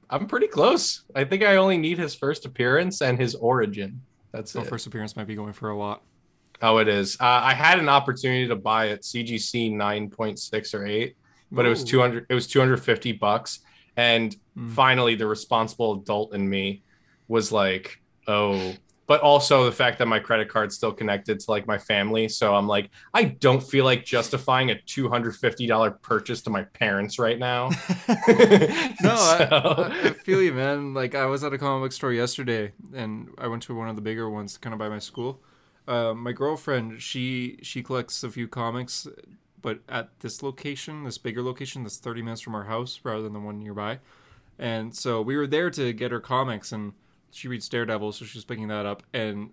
C: I'm pretty close. I think I only need his first appearance and his origin. That's
A: So
C: it.
A: first appearance might be going for a lot.
C: Oh, it is. Uh, I had an opportunity to buy it CGC 9.6 or 8, but it was
A: Ooh.
C: 200 it was 250 bucks and
A: Mm.
C: finally the responsible adult in me was like, "Oh, but also the fact that my credit card's still connected to like my family, so I'm like, I don't feel like justifying a $250 purchase to my parents right now."
A: No, I- I, I
C: So-
A: feel you, man. Like I was at a comic book store yesterday, and I went to one of the bigger ones, kind of by my school. Uh, my girlfriend, she she collects a few comics, but at this location, this bigger location, that's 30 minutes from our house, rather than the one nearby. And so we were there to get her comics, and she reads Daredevil, so she's picking that up. And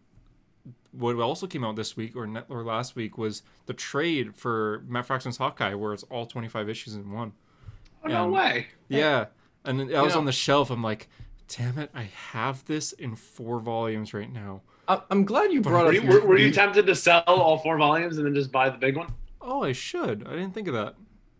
A: what also came out this week or net, or last week was the trade for Matt Fraction's Hawkeye, where it's all 25 issues in one.
B: Oh, no
A: And-
B: way.
A: Yeah, and then I was
C: know-
A: on the shelf. I'm like, damn it, I have this in four volumes right now.
C: I- I'm glad you brought
B: Were
C: up.
B: you,
C: your-
B: were, were you tempted to sell all four volumes and then just buy the big one?
A: Oh, I should. I didn't think of that.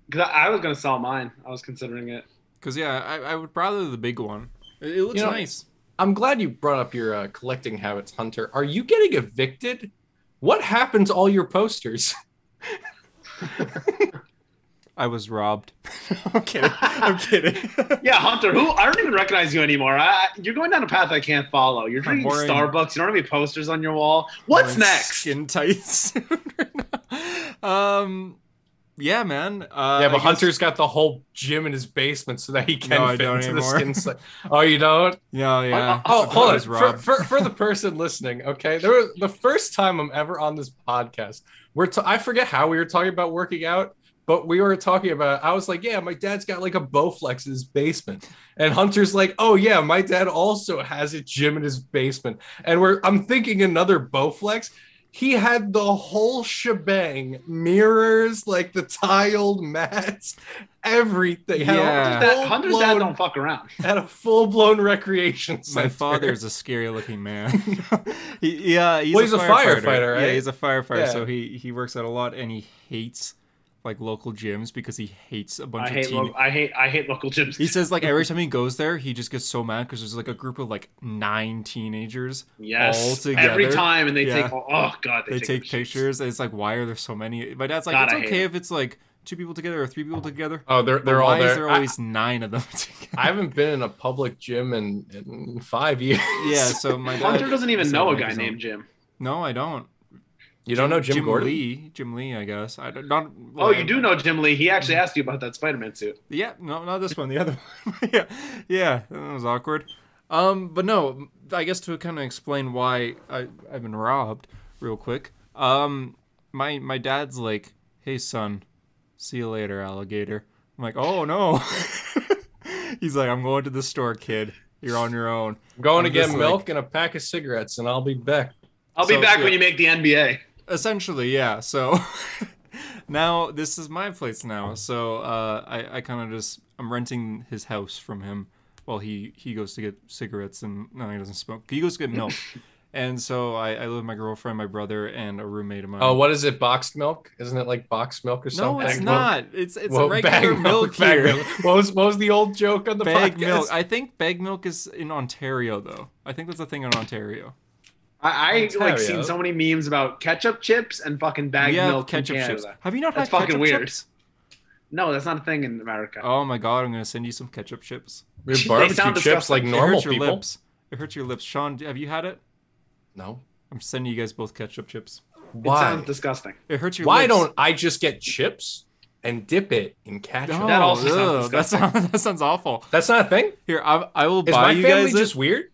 B: Because I, I was gonna sell mine. I was considering it.
A: Cause yeah, I, I would rather the big one. It, it looks
C: You know-
A: nice.
C: I'm glad you brought up your uh, collecting habits, Hunter. Are you getting evicted? What happened to all your posters?
A: I was robbed. I'm kidding. I'm kidding.
B: Yeah, Hunter. Who I don't even recognize you anymore. I, I- you're going down a path I can't follow. You're
A: I'm
B: drinking
A: wearing-
B: Starbucks. You don't have any posters on your wall. What's
A: Wearing
B: next?
A: Skin tight suit right now. um, yeah, man. Uh,
C: yeah, but
A: I guess-
C: Hunter's got the whole gym in his basement so that he can
A: No, I
C: fit
A: don't
C: into
A: anymore.
C: the skin. si- Oh, you don't?
A: Yeah, yeah.
C: Oh, oh,
A: I
C: hold on.
A: was
C: For,
A: robbed.
C: for, for the person listening, okay, there was the first time I'm ever on this podcast. We're t- I forget how we were talking about working out, but we were talking about. I was like, yeah, my dad's got like a Bowflex in his basement, and Hunter's like, oh yeah, my dad also has a gym in his basement, and we're I'm thinking another Bowflex. He had the whole shebang, mirrors, like the tiled mats, everything. Had a
A: Yeah.
B: Hunter's dad, Hunter's dad
C: full-blown-
B: don't fuck around.
C: had a full blown recreation center.
A: My father's a scary looking man. he, yeah, he's,
C: Well, he's
A: a
C: a
A: firefighter.
C: firefighter,
A: Yeah,
C: right?
A: he's a firefighter,
C: Yeah.
A: so he he works out a lot, and he hates like local gyms because he hates a bunch
B: I
A: of
B: hate.
A: teen-
B: Lo- I hate. I hate local gyms.
A: He says like every time he goes there, he just gets so mad because there's like a group of like nine teenagers. all
B: yes.
A: together.
B: Every time, and they
A: Yeah.
B: take. Oh god,
A: They, take, pictures. and It's like why are there so many? My dad's like
B: God, I
A: it's
B: hate
A: okay
B: it.
A: if it's like two people together or three people together.
C: Oh, they're
A: but
C: they're all
A: why
C: there.
A: is there
C: I-
A: always nine of them together?
C: I, haven't been in a public gym in, in five years.
A: yeah, so my dad.
B: Hunter doesn't even
A: so
B: know a
A: like
B: guy
A: his own-
B: named Jim.
A: No, I don't.
C: you don't know Jim, Gordon.
A: Lee. Jim Lee, I guess. I don't. Not,
B: Oh, you do know Jim Lee. He actually asked you about that Spider-Man suit.
A: Yeah, no, not this one. The other one. yeah, yeah, that was awkward. Um, but no, I guess to kind of explain why I I've been robbed real quick. Um, my my dad's like, "Hey son, see you later, alligator." I'm like, "Oh no." He's like, "I'm going to the store, kid. You're on your own."
C: I'm going to
A: I'm
C: get
A: just
C: milk and a pack of cigarettes, and I'll be back.
B: I'll
A: So,
B: be back when
A: yeah.
B: you make the NBA.
A: essentially yeah so now this is my place now so uh, i, I kind of just i'm renting his house from him while he he goes to get cigarettes and no he doesn't smoke he goes to get milk and so i, I live with my girlfriend my brother and a roommate of mine
C: Oh, what is it? Boxed milk? Isn't it like boxed milk
A: no
C: or something?
A: it's
C: Bag milk?
A: not it's it's
C: Whoa,
A: regular
C: bag
A: milk,
C: bag
A: here
C: milk. What was what was the old joke on the
A: bag
C: podcast?
A: milk i think bag milk is in ontario though i think that's a thing in ontario
B: I, I like
C: Ontario.
B: seen so many memes about ketchup chips and fucking bag
A: we have
B: milk
A: ketchup
B: in Canada.
A: chips have you not
B: That's
A: had
B: fucking
A: ketchup
B: weird.
A: chips
B: No, that's not a thing in America.
A: oh my god i'm gonna send you some ketchup chips
C: We have
B: They
C: barbecue
B: sound
C: chips like
B: disgusting.
A: It
C: normal
A: hurts your
C: people.
A: lips. It hurts your lips. Sean, have you had it?
C: No.
A: I'm sending you guys both ketchup chips.
B: it
C: Why?
B: sounds disgusting.
A: It hurts your
C: Why
A: lips.
C: don't I just get chips and dip it in ketchup?
A: No,
B: That also sounds
A: ugh, that, sounds, that sounds awful.
C: That's not a thing.
A: Here, I, I will
C: Is
A: buy
C: my
A: you
C: family
A: guys.
C: just
A: Just...
C: weird?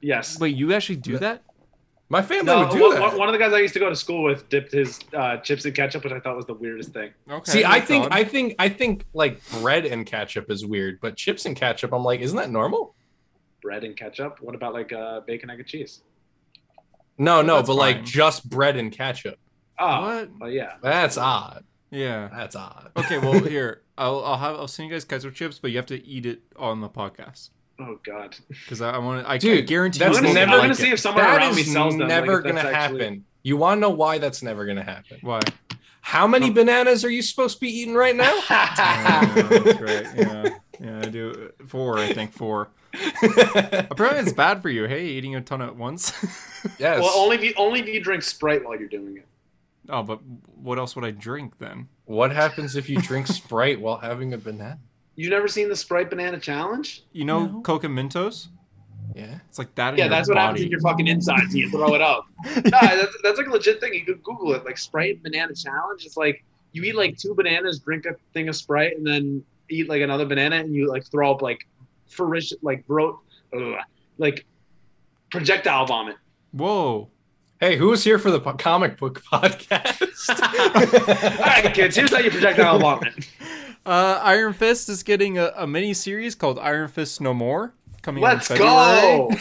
B: Yes.
A: Wait, you actually do that?
C: My family
B: No,
C: would do
B: one,
C: that.
B: one- one of the guys I used to go to school with dipped his uh, chips in ketchup, which I thought was the weirdest thing.
A: Okay.
C: See, I
A: that's
C: think
A: odd.
C: I think I think like bread and ketchup is weird, but chips and ketchup, I'm like, isn't that normal?
B: Bread and ketchup. What about like uh, bacon, egg, and cheese?
C: No, no,
A: That's
C: but
A: fine.
C: like just bread and ketchup.
B: Oh,
A: What?
B: well, yeah.
C: That's odd.
A: Yeah.
C: That's odd.
A: Okay. Well, here I'll I'll have I'll send you guys ketchup chips, but you have to eat it on the podcast
B: Oh God.
A: because I, I want to. I, I
C: Dude,
A: guarantee
C: that's
A: you. won't
C: never
B: I'm
A: like
B: gonna
A: it.
B: see if someone
C: That
B: around me
C: is
B: sells them.
C: never
B: like, if
C: gonna
B: that's actually-
C: happen. You want to know why that's never gonna happen?
A: Why?
C: How many bananas are you supposed to be eating right now?
A: Oh, that's right. Yeah. Yeah, I do four. I think four. Apparently, it's bad for you. Hey, eating a ton at once.
C: yes.
B: Well, only if you only if you drink Sprite while you're doing it.
A: Oh, but what else would I drink then?
C: what happens if you drink Sprite while having a banana?
B: You've never seen the Sprite banana challenge?
A: You know,
C: No.
A: Coke and Mentos.
C: Yeah.
A: It's like that. In
B: Yeah,
A: your
B: that's what happens
A: body.
B: in your fucking insides. You throw it up. nah, that's, that's like a legit thing. You could Google it, like Sprite banana challenge. It's like you eat like two bananas, drink a thing of Sprite, and then eat like another banana, and you like throw up like ferocious, like bro, ugh, like projectile vomit.
A: Whoa.
C: Hey, who was here for the po- comic book podcast?
B: All right, kids, here's how you projectile vomit.
A: Uh, Iron Fist is getting a, a mini series called Iron Fist No More coming
B: Let's
A: out. in February.
B: go.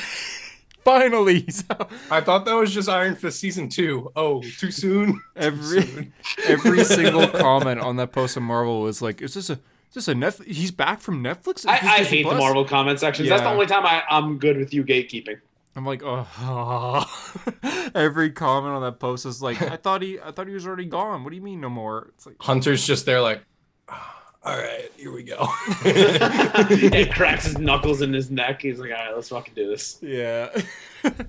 A: Finally, he's out.
C: I thought that was just Iron Fist season two. Oh, too soon. Too
A: Every
C: soon.
A: every single comment on that post on Marvel was like, "Is this a is this a Netflix? He's back from Netflix." Is
B: I,
A: this
B: I
A: Disney
B: hate the
A: Plus?"
B: Marvel comment sections. That's the
A: Yeah.
B: only time I, I'm good with you gatekeeping.
A: I'm like, oh. Every comment on that post is like, I thought he, I thought he was already gone. What do you mean no more? It's like,
C: Hunter's just there, like, "Ah, all right, here we go.
B: it cracks his knuckles in his neck. He's like, all right, let's fucking do this.
A: yeah.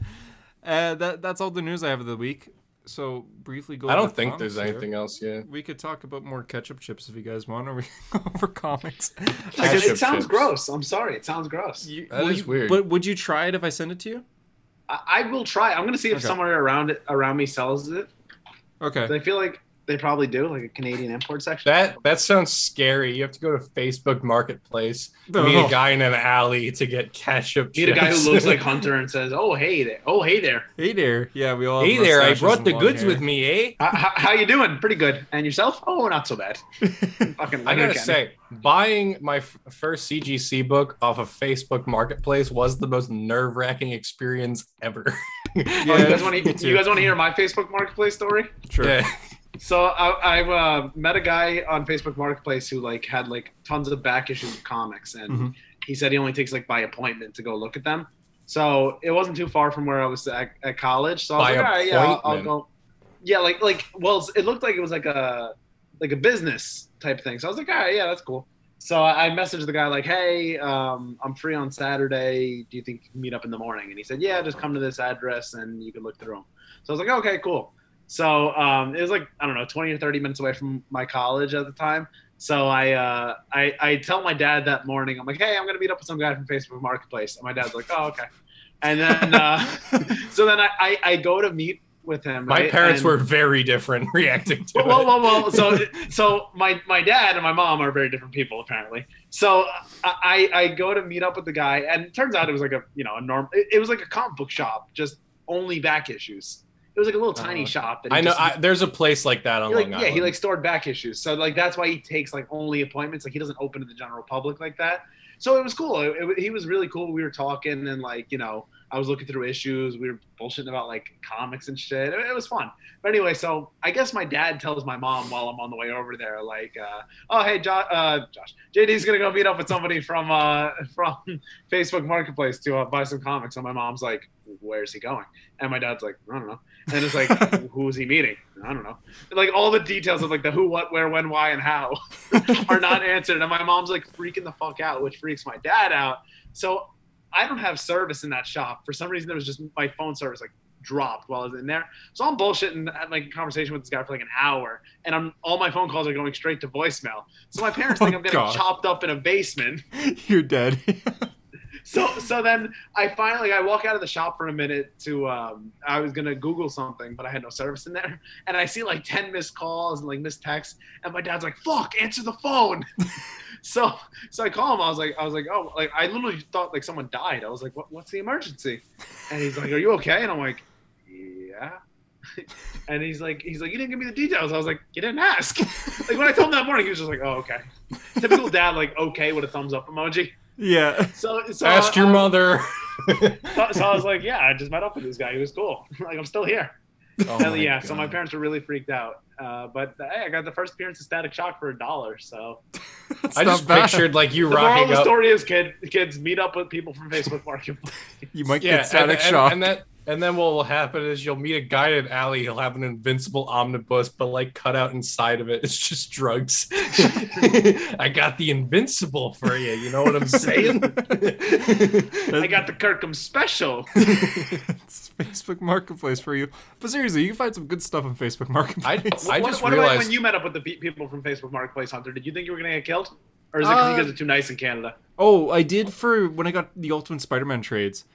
A: uh, that that's all the news I have of the week. So briefly go.
C: I
A: over
C: don't think
A: comics
C: there's
A: here.
C: anything else. Yeah.
A: We could talk about more ketchup chips if you guys want, or we can go over comics.
C: I guess-
B: it sounds
C: Chips.
B: gross. I'm sorry. It sounds gross.
A: You,
C: That
A: will
C: is
A: you-
C: weird.
A: But would you try it if I send it to you?
B: I, I will try. I'm gonna see if
A: Okay.
B: somewhere around it, around me sells it.
A: Okay.
B: I feel like they probably do, like a Canadian import section.
C: That that sounds scary. You have to go to Facebook Marketplace,
A: Oh.
C: meet a guy in an alley to get ketchup.
B: Meet a guy
C: chips.
B: who looks like Hunter and says, "Oh hey there, oh hey there,
A: Hey there. Yeah, we all.
C: Hey
A: have
C: there, I
A: mustaches
C: brought
A: and
C: the
A: long
C: goods
A: hair.
C: with me, eh?
B: how, how, how you doing? Pretty good. And yourself? Oh, not so bad." Fucking
C: I
B: Leonard
C: gotta
B: Kenny.
C: say, buying my f- first CGC book off of Facebook Marketplace was the most nerve wracking experience ever.
B: Oh, you guys
A: Yeah,
B: want
A: me too.
B: to? You guys want to hear my Facebook Marketplace story?
A: Sure.
C: Yeah.
B: So I, I uh, met a guy on Facebook Marketplace who like had like tons of back issue comics, and
C: Mm-hmm.
A: Mhm.
B: he said he only takes like by appointment to go look at them. So it wasn't too far from where I was at, at college. So I was
C: By
B: like, all right, yeah, I'll, I'll
C: appointment?
B: go. Yeah, like like well, it looked like it was like a like a business type thing. So I was like, all right, yeah, that's cool. So I I messaged the guy like, hey, um, I'm free on Saturday. Do you think you can meet up in the morning? And he said, yeah, just come to this address and you can look through them. So I was like, okay, cool. So um, it was like I don't know, 20 or 30 minutes away from my college at the time. So I, uh, I I tell my dad that morning, I'm like, hey, I'm gonna meet up with some guy from Facebook Marketplace, and my dad's like, oh, okay. And then uh, so then I, I I go to meet with him.
C: My
B: right?
C: parents
B: And-
C: were very different reacting to
B: well, well,
C: it.
B: well, well, so so my my dad and my mom are very different people apparently. So uh, I I I go to meet up with the guy, and it turns out it was like a you know a norm. It, it was like a comic book shop, just only back issues. It was like a little tiny
A: Oh.
B: shop. That he
C: Uh, I know
B: just-
C: I, there's a place like that on
B: he, like,
C: Long
B: yeah,
C: Island.
B: he like stored back issues. So like that's why he takes like only appointments. Like he doesn't open to the general public like that. So it was cool. It- it- he was really cool. We were talking and like you know I was looking through issues. We were bullshitting about like comics and shit. It, it was fun. But anyway, so I guess my dad tells my mom while I'm on the way over there like, uh, oh hey jo- uh, Josh, JD's gonna go meet up with somebody from uh, from Facebook Marketplace to uh, buy some comics. And my mom's like, where's he going? And my dad's like, I don't know. And it's like, who's he meeting? I don't know like all the details of like the who, what, where, when, why, and how are not answered. And my mom's like freaking the fuck out, which freaks my dad out. So I don't have service in that shop. For some reason, there was just my phone service like dropped while I was in there. So I'm bullshitting, had like a conversation with this guy for like an hour, and I'm all my phone calls are going straight to voicemail. So my parents think
A: Oh,
B: I'm getting
A: God.
B: chopped up in a basement
A: You're dead.
B: so so then I finally I walk out of the shop for a minute to um, I was gonna Google something but I had no service in there and I see like ten missed calls and like missed texts and my dad's like fuck answer the phone so so I call him I was like I was like oh like I literally thought like someone died I was like what, what's the emergency and he's like are you okay and I'm like yeah and he's like he's like you didn't give me the details I was like you didn't ask like when I told him that morning he was just like oh okay typical dad like okay with a thumbs up emoji
A: yeah.
B: so so
C: Ask your
B: I-
C: mother.
B: so, so I was like, yeah, I just met up with this guy. He was cool. like I'm still here.
C: Oh
B: and yeah, so my
C: God.
B: parents were really freaked out. Uh, but hey, I got the first appearance of Static Shock for a dollar. So
A: That's
C: I
A: not
C: just
A: bad.
C: pictured like you
B: the moral of
C: rocking
B: the
C: up.
B: story is, kid, kids meet up with people from Facebook Marketplace.
A: you might
C: Yeah,
A: get static
C: and, and-
A: shock.
C: And, that and then what will happen is you'll meet a guy in an alley. He'll have an invincible omnibus, but like cut out inside of it, it's just drugs. I got the invincible for you. You know what I'm saying?
B: I got the Kirkham special.
A: it's Facebook Marketplace for you. But seriously, you can find some good stuff on Facebook
C: I, I
A: Marketplace.
C: just
B: what, what about
C: realized
B: when you met up with the pe- people from Facebook Marketplace, Hunter? Did you think you were gonna get killed? Or is it because
A: Uh,
B: you guys are too nice in Canada?
A: oh, I did for when I got the Ultimate Spider-Man trades.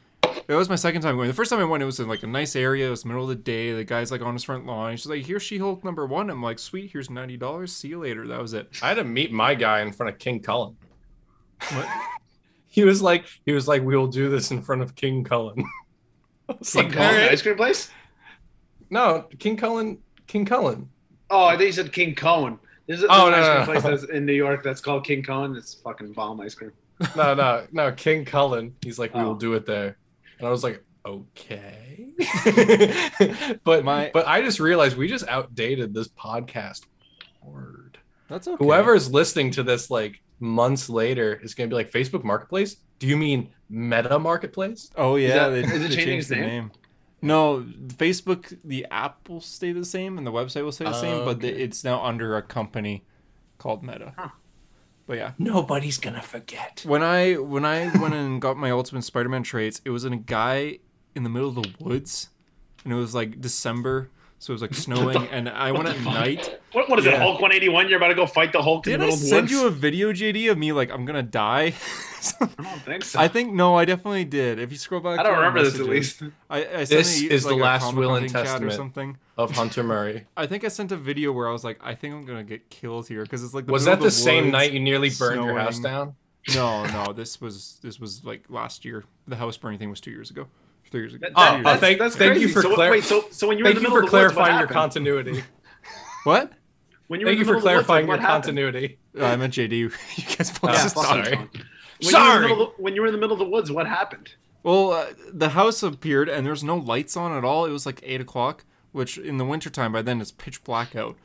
A: That was my second time going. The first time I went, it was in like a nice area. It was middle of the day. The guy's like on his front lawn. He's like, "Here's She-Hulk number one." I'm like, "Sweet, here's ninety dollars. See you later." That was it.
C: I had to meet my guy in front of King Cullen.
A: What?
C: He was like, he was like, we will do this in front of King Cullen. I was
B: King
C: like,
B: Cullen
C: "All right."
B: ice cream place?
C: No, King Cullen, King Cullen.
B: Oh, I think you said King Cone. There's, a, there's
C: Oh,
B: an
C: no,
B: ice
C: no,
B: cream
C: no.
B: place that's in New York that's called King Cone. It's fucking bomb ice cream.
C: No, no, no, King Cullen. He's like, we
B: Oh.
C: will do it there. And I was like, okay. but
A: My-
C: but I just realized we just outdated this podcast word.
A: That's okay.
C: Whoever's listening to this like months later is going to be like Facebook Marketplace. Do you mean Meta Marketplace?
A: Oh
D: that-
A: yeah, they,
D: is it
A: they
D: changing
A: changed
D: its
A: the
D: name?
A: name. No, Facebook, the app will stay the same, and the website will stay the same, but the,
C: Okay.
A: it's now under a company called Meta.
D: Huh.
A: But yeah,
C: Nobody's gonna forget.
A: when I when I went and got my Ultimate Spider-Man traits, it was in a guy in the middle of the woods, and it was like December, so it was like snowing, and I went at night.
B: What, what is it,
A: Yeah.
B: Hulk 181? You're about to go fight the Hulk in
A: Did
B: the
A: I
B: middle of
A: send
B: the woods?
A: you a video, JD, of me like I'm gonna die?
D: I don't think so.
A: I
D: I,
A: think no, I definitely did. If you scroll back,
D: don't
A: through our
D: remember this at
A: messages,
D: least.
A: I, I sent
C: This
A: a-
C: is the
A: like, a
C: last will
A: Comic-Con
C: and
A: thing chat
C: testament.
A: or something.
C: Of Hunter Murray.
A: I think I sent a video where I was like, I think I'm gonna get killed here because it's like the
C: was
A: middle
C: that
A: of
C: the, same
A: woods.
C: night you nearly burned your house
A: snowing.
C: down?
A: No, no, this was this was like last year. The house burning thing was two years ago, three years ago.
D: That-
A: Two
C: Oh,
D: that-
A: years
C: oh,
A: ago.
C: thank,
D: that's
C: thank you
D: crazy.
C: for
B: so, what-
C: clar-
B: wait, so, so when you were
C: thank
B: in
C: you
B: the
C: for
B: middle of the woods, what
C: clarifying your
B: happened?
C: continuity.
A: what?
B: When you were
C: Thank
B: in
C: you
B: the middle
C: for
B: of the
C: clarifying
B: woods, like,
C: your
B: what happened?
C: continuity.
A: Uh, I meant JD. you guys both
C: Yeah,
A: just
C: fuck
A: talked.
C: sorry.
B: When you were in the
C: Sorry.
B: middle of- When you were in the middle of the woods, what happened?
A: Well, uh, the house appeared and there's no lights on at all. It was like eight o'clock, which in the wintertime by then it's pitch black out.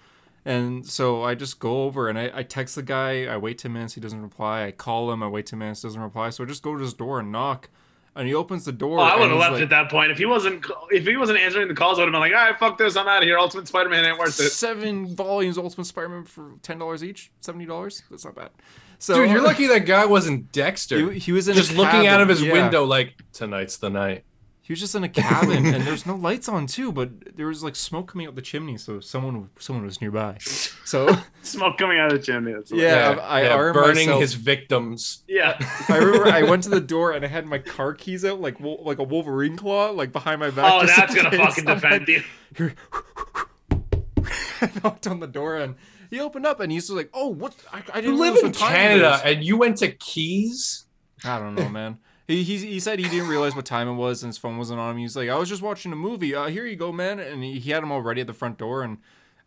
A: And so I just go over and I, I text the guy. I wait 10 minutes. He doesn't reply. I call him. I wait 10 minutes. Doesn't reply. So I just go to his door and knock. And he opens the door.
B: Oh, I
A: and
B: would have
A: he's
B: left
A: like,
B: at that point if he wasn't if he wasn't answering the calls. I would have been like, all right, fuck this, I'm out of here. Ultimate Spider-Man ain't worth it.
A: Seven volumes Ultimate Spider-Man for ten dollars each, seventy dollars. That's not bad. So
C: Dude, you're lucky that guy wasn't Dexter.
A: He, he was in a
C: just looking out
A: cabin,
C: of his
A: yeah.
C: window like, tonight's the night.
A: He was just in a cabin, and there's no lights on too. But there was like smoke coming out the chimney, so someone someone was nearby. So
B: Smoke coming out of the chimney. That's hilarious.
A: yeah, I, I armed
C: burning
A: myself.
C: his victims.
B: yeah.
A: I remember I went to the door and I had my car keys out, like wol- like a Wolverine claw, like behind my back.
B: Oh,
A: just in
B: that's gonna
A: case.
B: fucking
A: I'm
B: defend you.
A: like, I knocked on the door and he opened up and he's just like, "Oh, what? I, I didn't
C: You live
A: realize
C: in
A: what time it is."
C: Canada and you went to Keys?
A: I don't know, man. He, he, he said he didn't realize what time it was and his phone wasn't on him. He's like, I was just watching a movie. Uh, here you go, man. And he, he had him already at the front door. And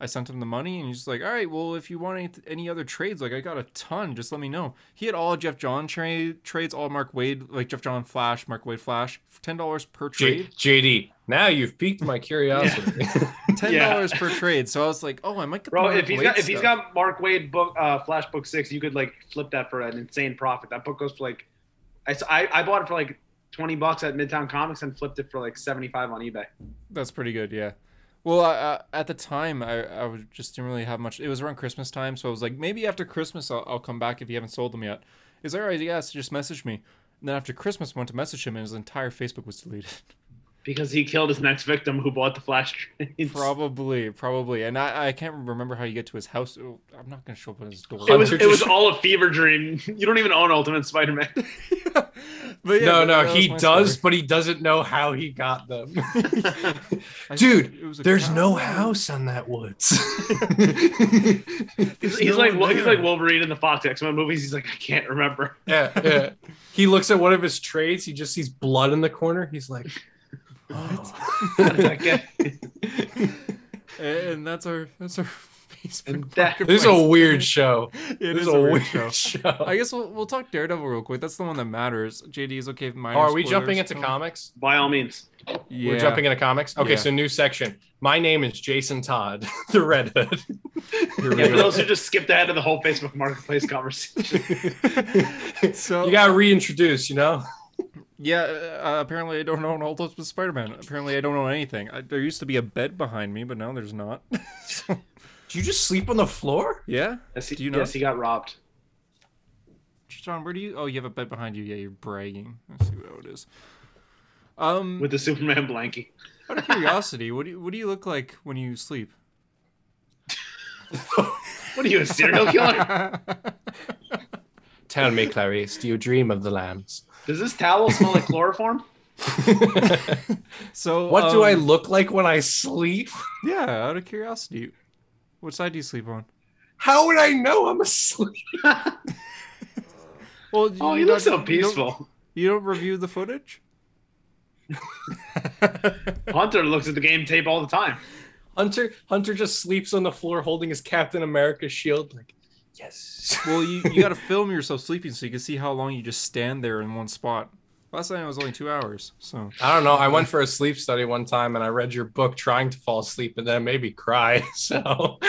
A: I sent him the money. And he's just like, All right, well, if you want any, any other trades, like I got a ton, just let me know. He had all Jeff John tra- trades, all Mark Wade, like Jeff John Flash, Mark Wade Flash, $10 per
C: J-
A: trade.
C: JD, now you've piqued my curiosity.
A: $10 per trade. So I was like, Oh, I might get
B: Bro,
A: the
B: if he's
A: Mark
B: got
A: Waid
B: if he's
A: stuff."
B: got Mark Wade book uh Flash book six, you could like flip that for an insane profit. That book goes for like I s- I, I bought it for like twenty bucks at Midtown Comics and flipped it for like seventy five on eBay.
A: That's pretty good, yeah. Well, I, I, at the time, I, I was just didn't really have much. It was around Christmas time, so I was like, maybe after Christmas, I'll, I'll come back if you haven't sold them yet. He's like, all right, yeah, so just message me. And then after Christmas, I went to message him, and his entire Facebook was deleted.
B: Because he killed his next victim who bought the Flash trades.
A: probably, probably. And I, I can't remember how you get to his house. Oh, I'm not going to show up at his door.
B: It was
C: Hunter
B: it was
C: just-
B: all a fever dream. You don't even own Ultimate Spider-Man.
A: But yeah,
C: no,
A: that-
C: no,
A: that
C: he
A: was my
C: does,
A: story.
C: but he doesn't know how he got them.
A: I-
C: Dude,
A: it was a
C: There's
A: cow.
C: no house on that woods.
A: There's
B: he's
A: no
B: like
A: one
B: Wo- he's
A: there.
B: like Wolverine in the Fox X Men movies. He's like I can't remember.
C: yeah, yeah. He looks at one of his trades. He just sees blood in the corner. He's like, "Oh."
B: How did that get-
A: And and that's our that's our Facebook.
B: And that-
C: this is a
A: Marketplace.
C: weird show.
A: It
C: This
A: is a weird show.
C: show.
A: I guess we'll, we'll talk Daredevil real quick. That's the one that matters. JD is okay. If minor
C: Are we
A: spoilers
C: jumping into
A: come.
C: comics?
B: By all means,
A: Yeah.
C: We're jumping into comics. Okay,
A: Yeah.
C: so new section. My name is Jason Todd, the Red Hood.
A: Here
B: yeah,
A: we
B: for
A: go.
B: those who just skipped ahead of the whole Facebook Marketplace conversation.
A: So Oh.
C: you gotta reintroduce, you know?
A: yeah, uh, apparently I don't own all those with Spider-Man. Apparently I don't own anything. I, there used to be a bed behind me, but now there's not. So,
C: Do you just sleep on the floor?
A: yeah,
B: Yes, he,
A: Do you know?
B: yes, he got robbed.
A: John, where do you? Oh, you have a bed behind you. Yeah, you're bragging. Let's see what it is. Um,
B: with the Superman blankie.
A: out of curiosity, what do you, what do you look like when you sleep?
B: What are you, a serial killer?
C: Tell me, Clarice, do you dream of the lambs?
B: Does this towel smell like chloroform?
A: so
C: what do I
A: um,
C: look like when I sleep?
A: Yeah, out of curiosity, what side do you sleep on?
C: How would I know I'm asleep?
A: Well,
B: Oh, you
A: don't-
B: look so
A: don't-
B: peaceful.
A: You don't review the footage?
B: Hunter looks at the game tape all the time.
C: Hunter Hunter just sleeps on the floor holding his Captain America shield, like, yes.
A: well, you, you got to film yourself sleeping so you can see how long you just stand there in one spot. Last night it was only two hours, so
C: I don't know. I went for a sleep study one time and I read your book trying to fall asleep and then maybe cry. So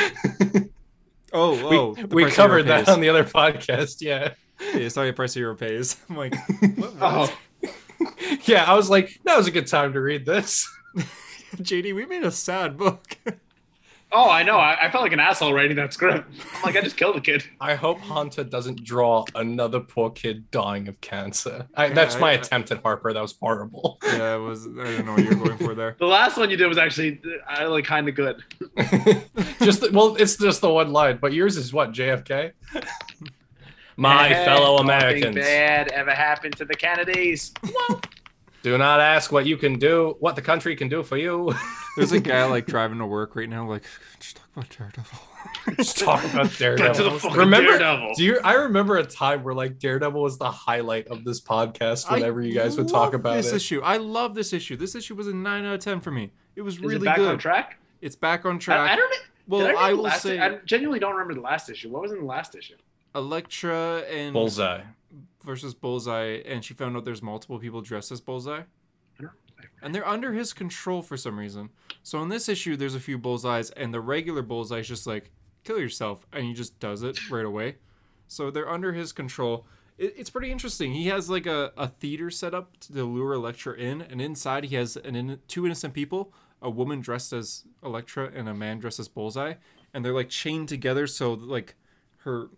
A: oh
C: we,
A: oh, the
C: we
A: price of
C: covered
A: Europe
C: that on the other podcast. Yeah.
A: pays. Yeah, it's not the price of Europe pays. I'm like, what, what?
E: Oh.
C: Yeah. I was like, that was a good time to read this.
A: JD, we made a sad book.
E: Oh, I know. I, I felt like an asshole writing that script. I'm like, I just killed a kid.
C: I hope Hunter doesn't draw another poor kid dying of cancer. I, that's
A: Yeah,
C: my
A: I-
C: attempt at Harper. That was horrible.
A: yeah, it was. I don't know what you're going for there.
E: The last one you did was actually uh, like kind of good.
C: just the, well, it's just the one line, but yours is what JFK. My
E: Hey,
C: fellow
E: nothing
C: Americans,
E: Bad ever happened to the Kennedys?
C: do not ask what you can do, what the country can do for you.
A: There's a guy like driving to work right now, like just talk about Daredevil.
C: Just talk about
E: Got to
C: Daredevil.
E: the fucking
C: Remember-
E: Daredevil.
C: Do you? I remember a time where like Daredevil was the highlight of this podcast. Whenever
A: I
C: you guys would talk
A: love
C: about
A: this
C: it,
A: issue. I love this issue. This issue was a nine out of ten for me. It was
E: Is
A: really
E: it back
A: good.
E: on track?
A: It's back on
E: I,
A: track.
E: I don't. e- Did
A: well,
E: I, read
A: I,
E: the
A: will
E: last-
A: say
E: I genuinely don't remember the last issue. What was in the last issue?
A: Elektra and
C: bullseye.
A: versus Bullseye, and she found out there's multiple people dressed as Bullseye.
E: don't-
A: And they're under his control for some reason. So in this issue, there's a few bullseyes, and the regular bullseye's just like, kill yourself. And he just does it right away. So they're under his control. It, it's pretty interesting. He has like a, a theater set up to lure Electra in, and inside he has an in, two innocent people a woman dressed as Electra and a man dressed as Bullseye. And they're like chained together, so like her,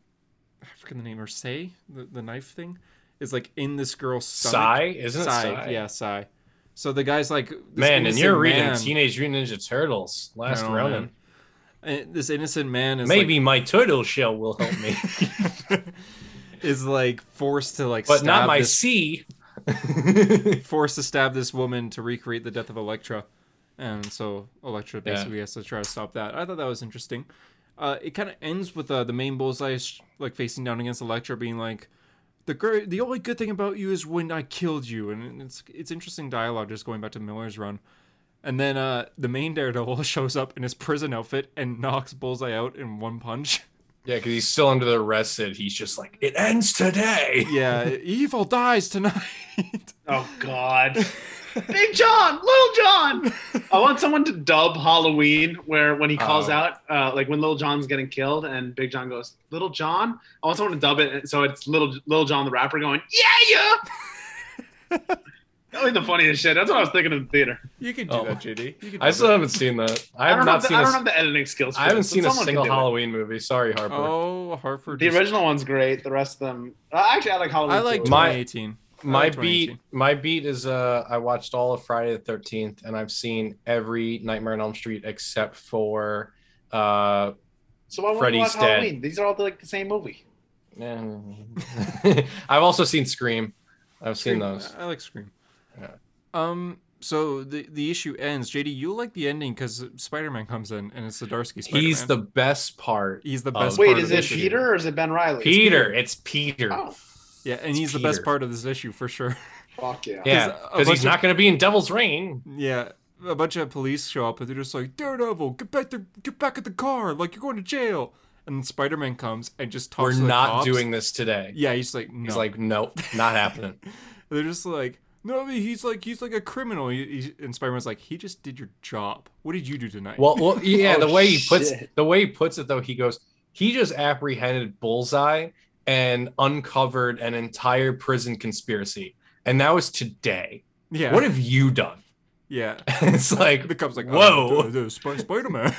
A: I forget the name, her say, the, the knife thing, is like in this girl's stomach.
C: Sigh, isn't it? Sigh.
A: Sigh, yeah, sigh. So the guy's like, this
C: Man, and
A: innocent
C: you're reading
A: man-
C: Teenage Mutant Ninja Turtles last
A: No,
C: round.
A: man. And this innocent man is
C: Maybe my turtle shell will help me,
A: like, is like forced to like,
C: but
A: stab
C: not my
A: this,
C: sea.
A: forced to stab this woman to recreate the death of Elektra, and so Elektra
C: Yeah.
A: basically has to try to stop that. I thought that was interesting. Uh, it kind of ends with uh, the main bullseye sh- like facing down against Elektra, being like, "The gr- the only good thing about you is when I killed you," and it's it's interesting dialogue just going back to Miller's run. And then uh, the main Daredevil shows up in his prison outfit and knocks Bullseye out in one punch.
C: Yeah, because he's still under the arrested. He's just like, it ends today.
A: yeah, evil dies tonight.
E: Oh God. Big John, Little John. I want someone to dub Halloween where when he calls
C: Oh.
E: out, uh, like when Little John's getting killed and Big John goes, Little John. I want someone to dub it so it's Little Little John the rapper going, Yeah, yeah. that would be the funniest shit. That's what I was thinking in the theater.
A: you can do
C: Oh.
A: that, JD. You can
C: I
A: do
C: still
A: that.
C: haven't seen that. I
E: I,
C: have
E: don't,
C: not
E: have the,
C: seen.
E: I
C: I
E: don't have the editing skills. For
C: I haven't
E: this, but
C: seen a
E: someone can
C: single
E: do it.
C: Halloween movie. Sorry, Harper.
A: Oh, Hartford.
E: The
A: just-
E: original one's great. The rest of them, uh, actually, I like Halloween.
A: I like
E: too.
C: My-
A: 2018. I
C: my
A: like
C: beat.
A: 2018.
C: My beat is. Uh, I watched all of Friday the Thirteenth, and I've seen every Nightmare on Elm Street except for. Uh,
E: so why won't you
C: Freddy's
E: watch
C: Dead.
E: Halloween? These are all like the same movie.
C: I've also seen Scream. I've
A: Scream.
C: seen those.
A: I like Scream.
C: Yeah.
A: Um. So the the issue ends. JD, you like the ending because Spider Man comes in and it's Zdarsky. Spider-Man.
C: He's the best part.
A: he's the
C: Oh.
A: best.
E: Wait,
A: part
E: is
A: of
E: it
A: this issue.
E: Peter or is it Ben Riley?
C: Peter. It's Peter.
E: Oh,
A: Yeah, and
C: It's
A: he's the best
C: Peter.
A: part of this issue for sure.
E: fuck yeah.
A: 'Cause
C: Yeah,
A: a
C: because
A: bunch
C: he's
A: of-
C: not going to be in Devil's Reign.
A: yeah. A bunch of police show up and they're just like Daredevil, get back the get back at the car, like you're going to jail. And Spider Man comes and just talks.
C: We're
A: to the
C: not
A: cops.
C: doing this today.
A: Yeah, he's like no.
C: He's like, nope, not happening.
A: They're just like, no, I mean, he's like, he's like a criminal. He, he, and Spider-Man's like, he just did your job. What did you do tonight?
C: well, well, yeah,
E: Oh,
C: the way he puts
E: shit.
C: the way he puts it though, he goes, he just apprehended Bullseye and uncovered an entire prison conspiracy, and that was today.
A: yeah,
C: What have you done?
A: yeah.
C: it's like,
A: The cop's like,
C: Whoa.
A: oh, the, the Sp- Spider-Man.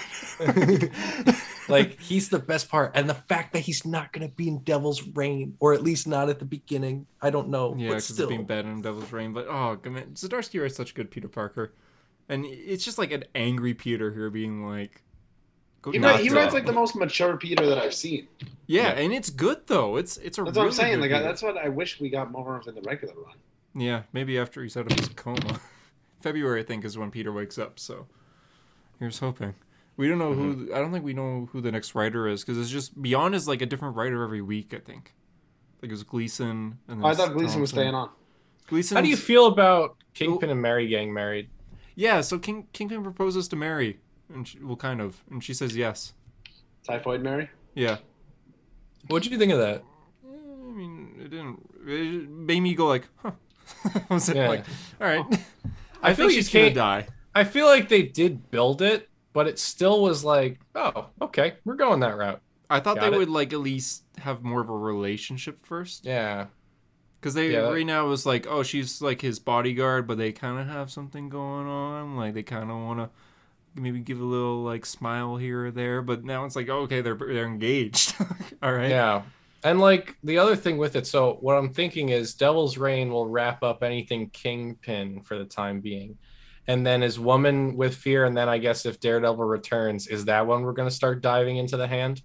C: like he's the best part, and the fact that he's not going to be in Devil's Reign, or at least not at the beginning. I don't know,
A: yeah,
C: but
A: because it's
C: still,
A: being bad in Devil's Reign. But oh, come on. Zdarsky writes such a good Peter Parker, and it's just like an angry Peter here being like, go
E: He,
A: knock
E: writes- he
A: it
E: writes
A: off.
E: like the most mature Peter that I've seen.
A: yeah, and it's good though. It's it's a
E: That's
A: really
E: what I'm saying.
A: good
E: Like I,
A: Peter.
E: that's what I wish we got more of in the regular run.
A: Yeah, maybe after he's out of his coma. February, I think, is when Peter wakes up. So, here's hoping. We don't know
C: Mm-hmm.
A: who. I don't think we know who the next writer is because it's just Beyond is like a different writer every week. I think. Like it was Gleason. And then
E: I thought Gleason was staying on.
A: Gleason.
C: how do you feel about Kingpin and Mary getting married?
A: Yeah. So King Kingpin proposes to Mary, and she, well, kind of, and she says yes.
E: Typhoid Mary.
A: Yeah.
C: What did you think of that?
A: I mean, it didn't. It made me go like, huh. I was
C: Yeah.
A: like, all right.
C: I
A: I,
C: feel
A: think
C: you
A: she's gonna
C: can't-
A: die.
C: I feel like they did build it, but it still was like, oh, okay, we're going that route.
A: I thought
C: Got
A: they
C: it.
A: would like at least have more of a relationship first,
C: Yeah.
A: because they
C: Yeah, that-
A: right now was like, oh, she's like his bodyguard, but they kind of have something going on. Like they kind of want to maybe give a little like smile here or there, but now it's like, oh, okay, they're they're engaged. all right.
C: Yeah. And like the other thing with it, so what I'm thinking is Devil's Reign will wrap up anything Kingpin for the time being. And then is Woman with Fear, and then I guess if Daredevil returns, is that when we're gonna start diving into the hand?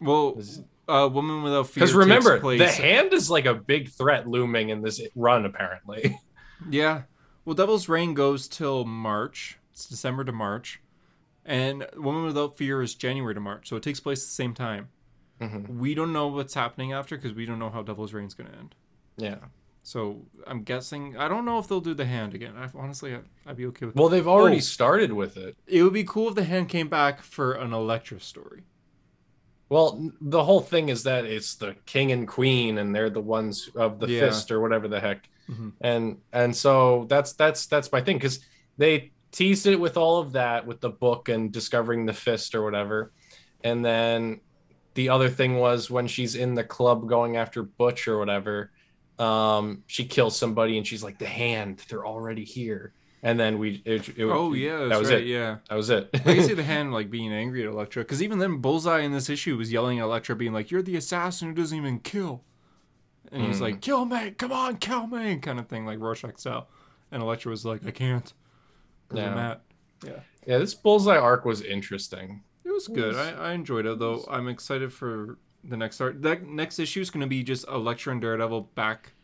A: Well, uh, woman without fear.
C: Because
A: takes
C: remember,
A: place.
C: the hand is like a big threat looming in this run, apparently.
A: Yeah. Well, Devil's Reign goes till March. It's December to March. And Woman Without Fear is January to March. So it takes place at the same time.
C: Mhm.
A: We don't know what's happening after because we don't know how Devil's Reign's going to end.
C: Yeah.
A: So I'm guessing. I don't know if they'll do the hand again. I, honestly, I, I'd be okay with
C: Well, they've already
A: Oh.
C: started with it.
A: It would be cool if the hand came back for an Electra story.
C: Well, n- the whole thing is that it's the king and queen, and they're the ones of the
A: Yeah.
C: fist or whatever the heck,
A: Mhm.
C: and and so that's that's that's my thing because they teased it with all of that with the book and discovering the fist or whatever, and then the other thing was when she's in the club going after Butch or whatever, um, she kills somebody and she's like the hand, they're already here, and then we it, it,
A: Oh, yeah. That's
C: that was
A: right.
C: it,
A: Yeah.
C: that was it.
A: I can see the hand like being angry at Electra because even then, Bullseye in this issue was yelling at Electra, being like, "You're the assassin who doesn't even kill," and he's
C: Mm.
A: like, "Kill me, come on, kill me," kind of thing, like Rorschach style. And Electra was like, "I can't." 'cause of
C: Yeah.
A: Matt.
C: yeah, this bullseye arc was interesting.
A: It was good.
C: was-
A: I, I enjoyed it, though. I'm excited for the next art. That next issue is going to be just Electra and Daredevil back,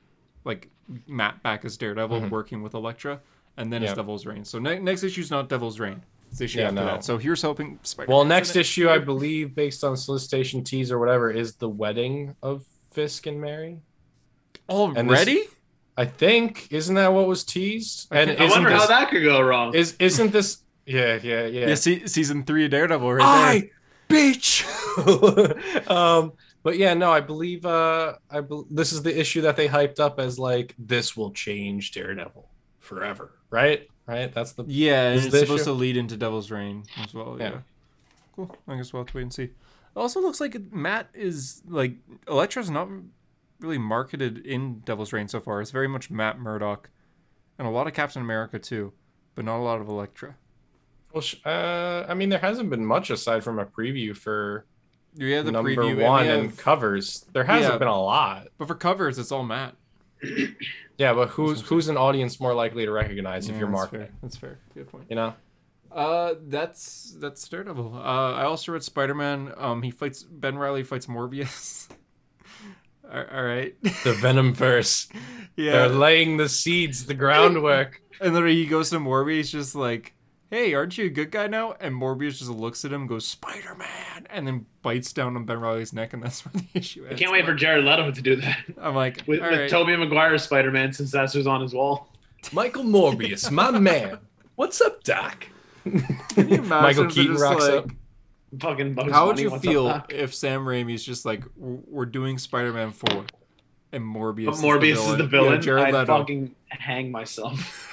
A: like Matt back as Daredevil
C: Mhm.
A: working with Electra, and then it's
C: Yeah.
A: Devil's Reign. So ne- next issue's not Devil's Reign. It's the issue
C: Yeah,
A: after
C: no.
A: that. So here's hoping. Spider-Man's
C: Well,
A: in
C: next
A: it.
C: issue, I believe, based on solicitation tease or whatever, is the wedding of Fisk and Mary. and this-
A: already.
C: I think isn't that what was teased?
A: I
C: And
A: can't-
E: I
C: isn't
E: wonder
C: this,
E: how that could go wrong.
C: is. Isn't this? Yeah, yeah, yeah.
A: Yeah, se- season three of Daredevil right there.
C: I bitch. um, but yeah, no, I believe. Uh, I bel this is the issue that they hyped up as like this will change Daredevil forever, right? Right. That's the
A: Yeah, and
C: Is
A: it's
C: the
A: supposed
C: issue?
A: to lead into Devil's Reign as well. Yeah.
C: Yeah.
A: Cool. I guess we'll have to wait and see. It also looks like Matt is like Electra's not really marketed in Devil's Reign so far. It's very much Matt Murdock and a lot of Captain America too, but not a lot of Electra.
C: Well, sh- uh, I mean, there hasn't been much aside from a preview for
A: Yeah, the
C: number
A: preview,
C: one
A: and, we
C: and
A: have-
C: covers. There hasn't
A: Yeah.
C: been a lot.
A: but for covers, it's all Matt.
C: Yeah, but who's who's an audience more likely to recognize if
A: Yeah,
C: you're
A: that's
C: marketing?
A: fair. That's fair. Good point.
C: You know,
A: Uh, that's that's Daredevil. Uh, I also read Spider Man. Um, he fights Ben Riley fights Morbius. all, all right.
C: the Venom verse. They're
A: yeah.
C: laying the seeds, the groundwork.
A: And then he goes to Morbius, just like, "Hey, aren't you a good guy now?" And Morbius just looks at him, and goes Spider Man, and then bites down on Ben Riley's neck, and that's where the issue
E: I
A: ends.
E: can't wait for Jared Leto to do that
A: I'm like,
E: with,
A: all
E: with
A: right.
E: Tobey Maguire's Spider Man, since that's who's on his wall.
C: Michael Morbius, my man. What's up, Doc?
A: Can you imagine
C: Michael
A: if they're
C: Keaton
A: just
C: rocks
A: like,
C: up.
E: Fucking Bugs
A: How would
E: Bunny,
A: you
E: what's
A: feel
E: up, Doc?
A: if Sam Raimi's just like, "We're we're doing Spider Man four, and Morbius,
E: But Morbius is the villain.
A: Yeah, Jared
E: I'd
A: Leto.
E: fucking hang myself.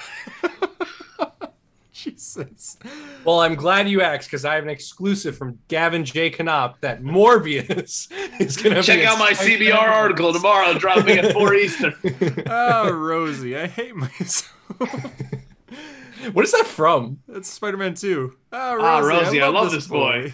A: Jesus.
C: Well, I'm glad you asked because I have an exclusive from Gavin J. Knopf that Morbius is gonna be
E: Check
C: in
E: out my
C: Spider-Man.
E: CBR article tomorrow, dropping at four Eastern.
A: Oh, Rosie, I hate myself.
C: What is that from?
A: That's Spider Man 2. Ah, Rosie,
E: Ah, Rosie, I love this boy.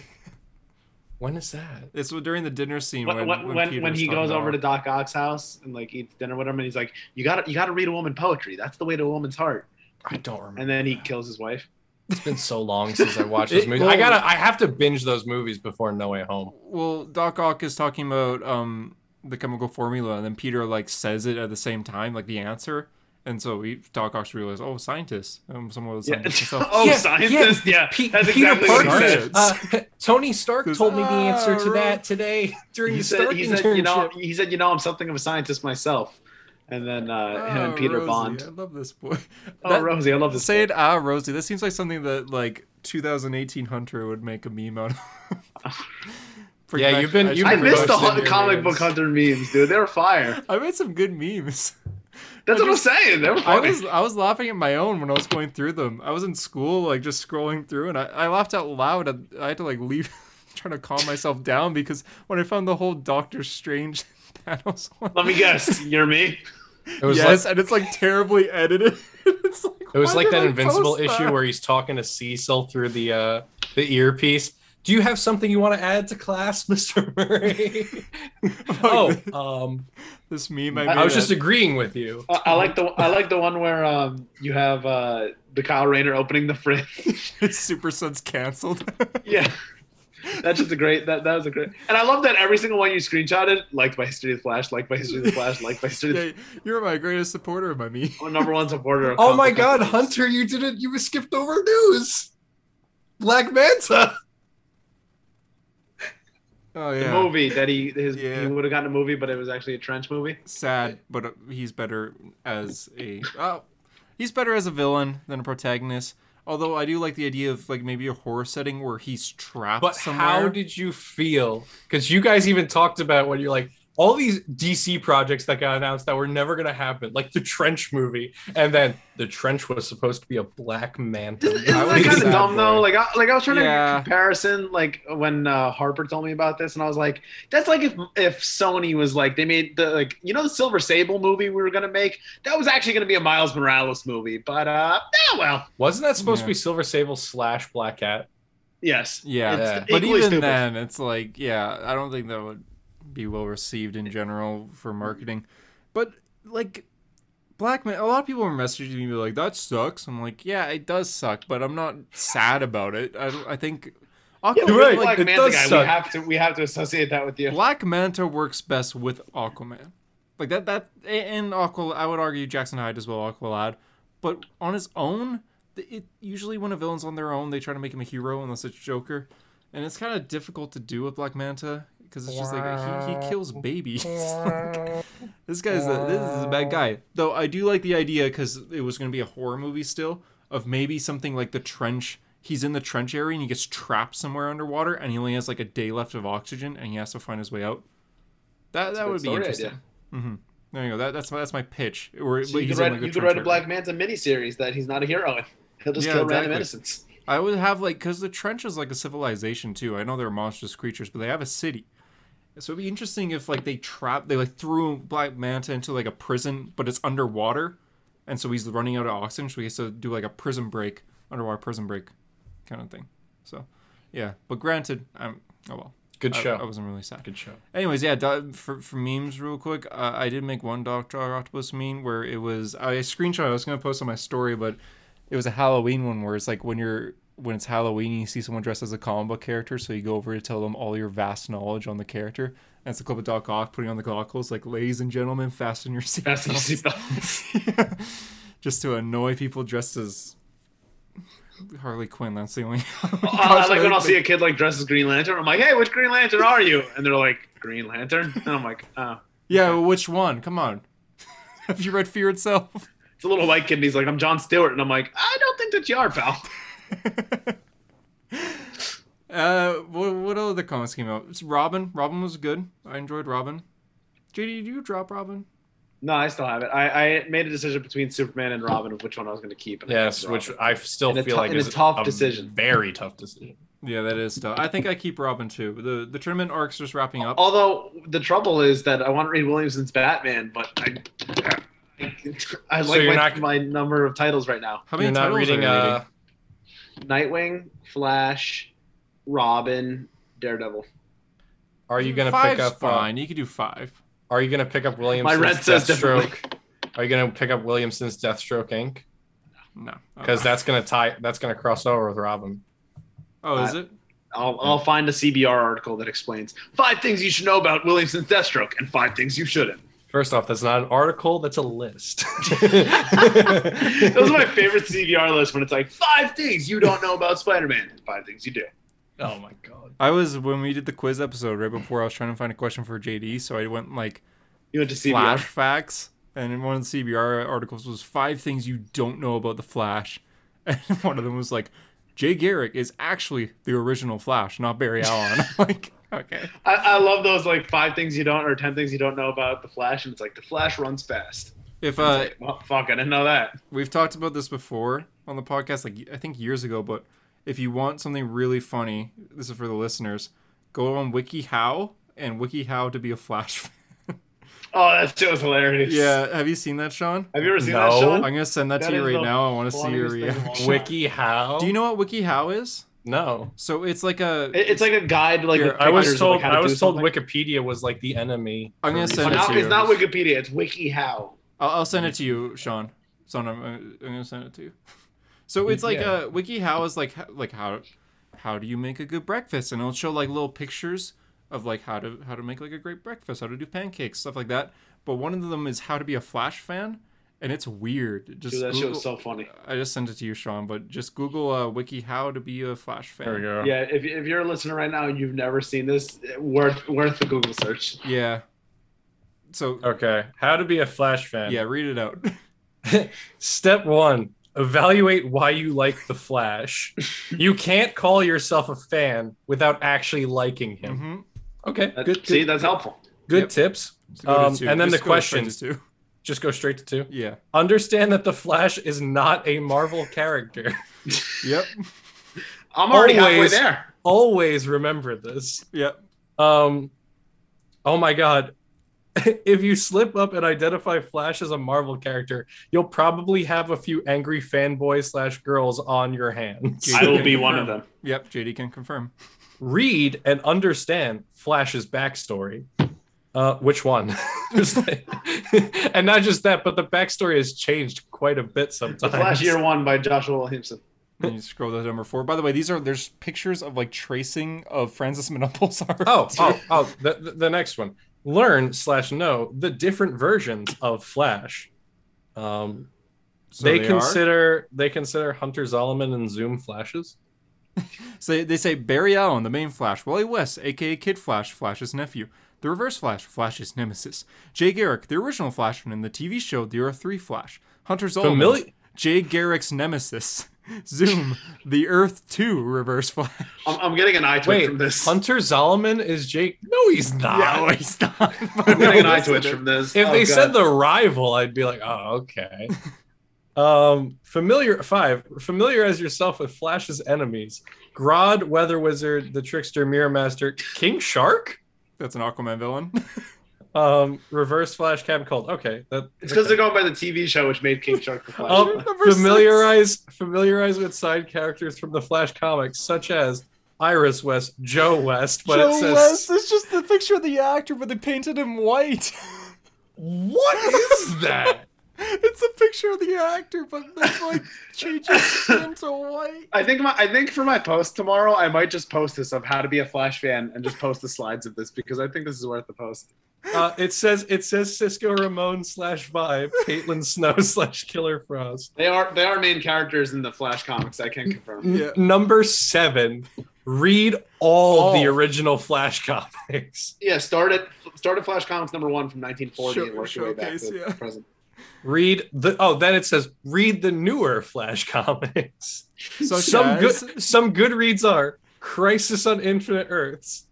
C: When is that?
A: It's during the dinner scene
E: When,
A: when,
E: when,
A: when,
E: when,
A: Peter's
E: he
A: talking
E: goes over to
A: about-
E: Doc Ock's house and like eats dinner with him, and he's like, "You got to you got to read a woman poetry. That's the way to a woman's heart."
C: I don't remember.
E: And then he kills his wife.
C: It's been so long since I watched those
A: It-
C: movies. I gotta, I have to binge those movies before No Way Home.
A: Well, Doc Ock is talking about um the chemical formula, and then Peter like says it at the same time, like the answer. And so he, Doc Ock's realized, oh, scientist. I'm somewhat of a
E: Yeah.
A: scientist myself.
E: oh,
C: Yeah,
E: scientist. Yeah,
C: Pe-
E: that's
C: Peter
E: exactly what he
A: Parker.
E: said.
A: said.
C: Uh, Tony Stark
A: Goes,
C: told me the
A: "Ah,
C: answer to
A: right."
C: that today during
E: He
C: the
E: said,
C: Stark
E: he said, you know,
C: internship.
E: he said, you know, I'm something of a scientist myself. And then uh, him
A: Ah,
E: and Peter
A: Rosie,
E: Bond.
A: I love this boy.
E: Oh,
A: That-
E: Rosie, I love this.
A: Say it, ah, Rosie. That seems like something that like 2018 Hunter would make a meme out of. Bring
C: Yeah,
A: back-
C: you've been-
A: should
C: you've
E: I
C: been
A: bring
E: miss
A: back
E: the
C: roasting
A: some
E: hu-
A: good
C: your
E: comic
A: memes.
E: book hunter memes, dude. They were fire.
A: I made some good memes.
B: That's what I'm saying. They were
A: I
B: funny.
A: was I was laughing at my own when I was going through them. I was in school, like just scrolling through, and I, I laughed out loud. and I had to like leave, trying to calm myself down because when I found the whole Doctor Strange Thanos one,
B: Let me guess. You're me.
C: It was
A: yes,
C: like,
A: and it's like terribly edited. it's like,
C: it was
A: why
C: like
A: did
C: that
A: I
C: Invincible
A: post
C: issue
A: that?
C: where he's talking to Cecil through the uh, the earpiece. Do you have something you want to add to class, Mister Murray? oh, um,
A: this meme. I,
C: I,
A: made
C: was just
A: that-
C: agreeing with you.
E: Oh,
B: I, I like the I like the one where um you have uh the Kyle Rayner opening the fridge.
A: Super Sun's canceled.
B: yeah. That's just a great that that was a great and I love that every single one you screenshotted, liked by History of the Flash, liked by History of the Flash, liked by History of the
A: yeah, you're my greatest supporter of my meme.
B: I'm number one supporter of
C: Oh my
B: comic
C: God,
B: companies.
C: Hunter, you didn't. You skipped over news. Black Manta.
A: Oh
B: The
A: yeah,
B: movie that he his
A: Yeah.
B: he would have gotten a movie, but it was actually a trench movie.
A: sad, but uh, he's better as a oh, he's better as a villain than a protagonist. Although I do like the idea of like maybe a horror setting where he's trapped
C: But
A: somewhere.
C: how did you feel? Because you guys even talked about when you're like all these DC projects that got announced that were never going to happen, like the Trench movie, and then the Trench was supposed to be a Black Manta.
B: Isn't,
A: I
B: isn't
A: was
B: that kind
A: sad
B: of dumb
A: boy.
B: though? Like, I, like I was trying
A: Yeah.
B: to comparison, like when uh, Harper told me about this, and I was like, that's like if if Sony was like they made the like you know the Silver Sable movie we were gonna make that was actually gonna be a Miles Morales movie, but uh, oh well,
C: Wasn't that supposed
A: Yeah.
C: to be Silver Sable slash Black Cat?
B: yes,
A: Yeah,
B: It's
C: Yeah.
A: but
B: equally
A: even
B: stupid.
A: then, it's like yeah, I don't think that would be well received in general for marketing. But like Black Man, a lot of people were messaging me like that sucks. I'm like, yeah, it does suck, but I'm not sad about it. I, I think
B: Yeah,
A: Aquaman,
B: we're
C: right,
B: Black
C: it
B: Manta
C: does
B: guy.
C: suck.
B: We have to we have to associate that with you.
A: Black Manta works best with Aquaman. Like that that and Aqua I would argue Jackson Hyde as well, Aqualad. But on his own, th- it usually when a villain's on their own, they try to make him a hero unless it's Joker. And it's kind of difficult to do with Black Manta because it's just like he, he kills babies. Like, this guy's a, this is a bad guy. Though I do like the idea because it was going to be a horror movie still of maybe something like the trench. He's in the trench area and he gets trapped somewhere underwater and he only has like a day left of oxygen and he has to find his way out. That
B: a
A: that
B: good
A: would be
B: story
A: interesting. hmm There you go. That, that's my that's my pitch. Or
B: So you
A: he's
B: could
A: in,
B: write
A: like,
B: you could
A: trench
B: write a
A: area.
B: Black Manta miniseries that he's not a hero in. He'll just
A: Yeah,
B: kill random
A: exactly.
B: innocents.
A: I would have like because the trench is like a civilization too. I know they're monstrous creatures, but they have a city. So it'd be interesting if like they trap they like threw Black Manta into like a prison, but it's underwater, and so he's running out of oxygen, so he has to do like a prison break, underwater prison break, kind of thing. So, yeah. But granted, I'm oh well.
C: Good
A: I-
C: show.
A: I, wasn't really sad.
C: Good show.
A: Anyways, yeah, do- for, for memes, real quick, uh, I did make one Doctor Octopus meme where it was I screenshot. I was gonna post on my story, but it was a Halloween one where it's like when you're when it's Halloween, you see someone dressed as a comic book character, so you go over to tell them all your vast knowledge on the character. And it's a clip of Doc Ock putting on the goggles, like, "Ladies and gentlemen, fasten your seatbelts."
B: Fasten your
A: Just to annoy people dressed as Harley Quinn. That's the only.
B: Uh, I like when I'll see a kid like dressed as Green Lantern. I'm like, hey, which Green Lantern are you? And they're like, Green Lantern. And I'm like, oh.
A: Yeah, well, which one? Come on. Have you read Fear Itself?
B: It's a little white kid, and he's like, I'm John Stewart. And I'm like, I don't think that you are, pal.
A: Uh, what, what other comments came out? It's Robin. Robin was good. I enjoyed Robin. JD, did you drop Robin?
B: No, I still have it. I, I made a decision between Superman and Robin of which one I was going to keep. and I
C: Yes,
B: kept
C: which
B: Robin.
C: I still
B: And a
C: feel
B: tou-
C: like
B: and a
C: is
B: tough decision.
C: very tough decision.
A: Yeah, that is tough. I think I keep Robin too. The the tournament arc's just wrapping up.
B: Although the trouble is that I want to read Williamson's Batman, but I, I, I
C: So
B: like
C: you're
B: my,
C: not-
B: my number of titles right now.
A: How many
C: You're not
A: titles
C: reading.
A: are you reading?
C: Uh,
B: Nightwing, Flash, Robin, Daredevil.
C: are you gonna
A: Five's
C: pick up? uh,
A: fine. You could do five.
C: Are you gonna pick up
B: My
C: Williamson's
B: rent says differently.
C: Deathstroke? Are you gonna pick up Williamson's Deathstroke Inc?
A: No, Oh,
C: Because that's gonna tie. That's gonna cross over with Robin.
A: oh, is it?
B: I'll, I'll find a CBR article that explains five things you should know about Williamson's Deathstroke and five things you shouldn't.
C: First off, that's not an article. That's a list.
B: Those are my favorite CVR lists when it's like five things you don't know about Spider Man and five things you do.
C: oh my god.
A: I was when we did the quiz episode right before. I was trying to find a question for JD, so I went like
B: You went to CVR.
A: Flash facts, and in one of the CBR articles was five things you don't know about the Flash, and one of them was like, Jay Garrick is actually the original Flash, not Barry Allen. I'm like, okay,
B: I, I love those like five things you don't or ten things you don't know about the Flash, and it's like the Flash runs fast.
A: If uh,
B: Well, fuck, I didn't know that.
A: we've talked about this before on the podcast, like I think years ago, but if you want something really funny, this is for the listeners, go on WikiHow and WikiHow to be a Flash fan.
B: Oh, that shit was hilarious.
A: yeah, have you seen that, Sean?
B: Have you ever seen
C: No.
B: that,
A: I'm
B: Sean?
A: gonna send that,
B: That
A: to you
B: is
A: right
B: the
A: now. I want to see your
B: funniest thing of all
A: reaction.
B: time.
C: Wiki how?
A: Do you know what WikiHow is?
C: No.
A: So it's like a.
B: It- It's like a guide, like
A: Here,
B: with
C: I was
B: pictures of,
C: told
B: like, how to
C: I
B: do
C: was told
B: something.
C: Wikipedia was like the enemy.
A: I'm gonna
C: for
A: send
B: Oh,
A: it
B: now
A: to you.
B: it's not Wikipedia. It's WikiHow.
A: I'll, I'll send it to you, Sean. Sean, I'm, I'm gonna send it to you. So it's like
C: Yeah.
A: uh, WikiHow is like h- like how how do you make a good breakfast, and it'll show like little pictures of like how to how to make like a great breakfast, how to do pancakes, stuff like that. But one of them is how to be a Flash fan, and it's weird. Just
B: Dude, that shit
A: Google,
B: was so funny.
A: I just sent it to you, Sean. But just Google uh, WikiHow to be a Flash fan.
C: There we go.
B: Yeah, if, if you're a listener right now and you've never seen this, worth worth the Google search.
A: Yeah. So
C: Okay. How to be a Flash fan.
A: yeah, read it out.
C: Step one evaluate why you like The Flash. you can't call yourself a fan without actually liking him.
A: hmm
C: Okay.
B: That-
C: Good,
B: see,
C: good,
B: that's helpful.
C: good
A: Yep.
C: tips. Um, and then the questions. Just go straight to two.
A: Yeah.
C: Understand that The Flash is not a Marvel character.
A: Yep.
B: I'm already
C: Always.
B: halfway there.
C: Always remember this.
A: Yep.
C: Um, oh my God. if you slip up and identify Flash as a Marvel character, you'll probably have a few angry fanboys slash girls on your hands.
A: I
B: I
A: will
B: will
A: be
B: be
A: Confirm.
B: one of them.
A: Yep. JD can confirm.
C: Read and understand Flash's backstory. Uh, which one? Just like- and not just that, but the backstory has changed quite a bit sometimes.
B: The Flash Year One by Joshua Williamson.
A: And you scroll to number four. By the way, these are there's pictures of like tracing of Francis Monopolsar.
C: Oh, oh, oh! The, the- the next one. Learn slash know the different versions of Flash. Um, they, consider they consider Hunter Zolomon and Zoom flashes.
A: So they, they say Barry Allen, the main Flash, Wally West, aka Kid Flash, Flash's nephew, the Reverse Flash, Flash's nemesis, Jay Garrick, the original Flash, and in the TV show The Earth Three Flash, Hunter Zolomon,
C: Famili-
A: Jay Garrick's nemesis, Zoom, the Earth Two Reverse Flash.
B: I'm, I'm getting an eye twitch
C: Wait,
B: from this.
C: Hunter Zolomon is Jake? No, he's
A: No,
C: not.
A: he's not.
B: I'm getting an eye
A: Listen
B: twitch
A: to-
B: from this.
C: if
B: Oh,
C: they
B: God.
C: said the rival, I'd be like, oh, okay. um, familiar five. Familiarize yourself with Flash's enemies: Grodd, Weather Wizard, the Trickster, Mirror Master, King Shark.
A: That's an Aquaman villain.
C: Um, Reverse Flash, Cab Cold. Okay, that
B: it's because they're going by the TV show, which made King Shark the Flash.
C: Um,
A: Number six.
C: familiarize familiarize with side characters from the Flash comics, such as Iris West, Joe West, but it says
A: It's just the picture of the actor, but they painted him white.
C: what is that?
A: it's a picture of the actor, but they like changed his skin to white.
B: I think my, I think for my post tomorrow, I might just post this of how to be a Flash fan and just post the slides of this because I think this is worth the post.
C: Uh, it says it says Cisco Ramon slash Vibe, Caitlin Snow slash Killer Frost.
B: They are they are main characters in the Flash comics. I can confirm.
C: N-
A: Yeah.
C: Number seven, read all
A: All.
C: the original Flash comics.
B: Yeah, start at start at Flash Comics number one from 1940
A: Show-
B: and work your way back
A: showcase,
B: to
A: yeah.
B: present.
C: Read the oh, then it says read the newer Flash comics.
A: Such
C: some
A: as-
C: good some good reads are Crisis on Infinite Earths,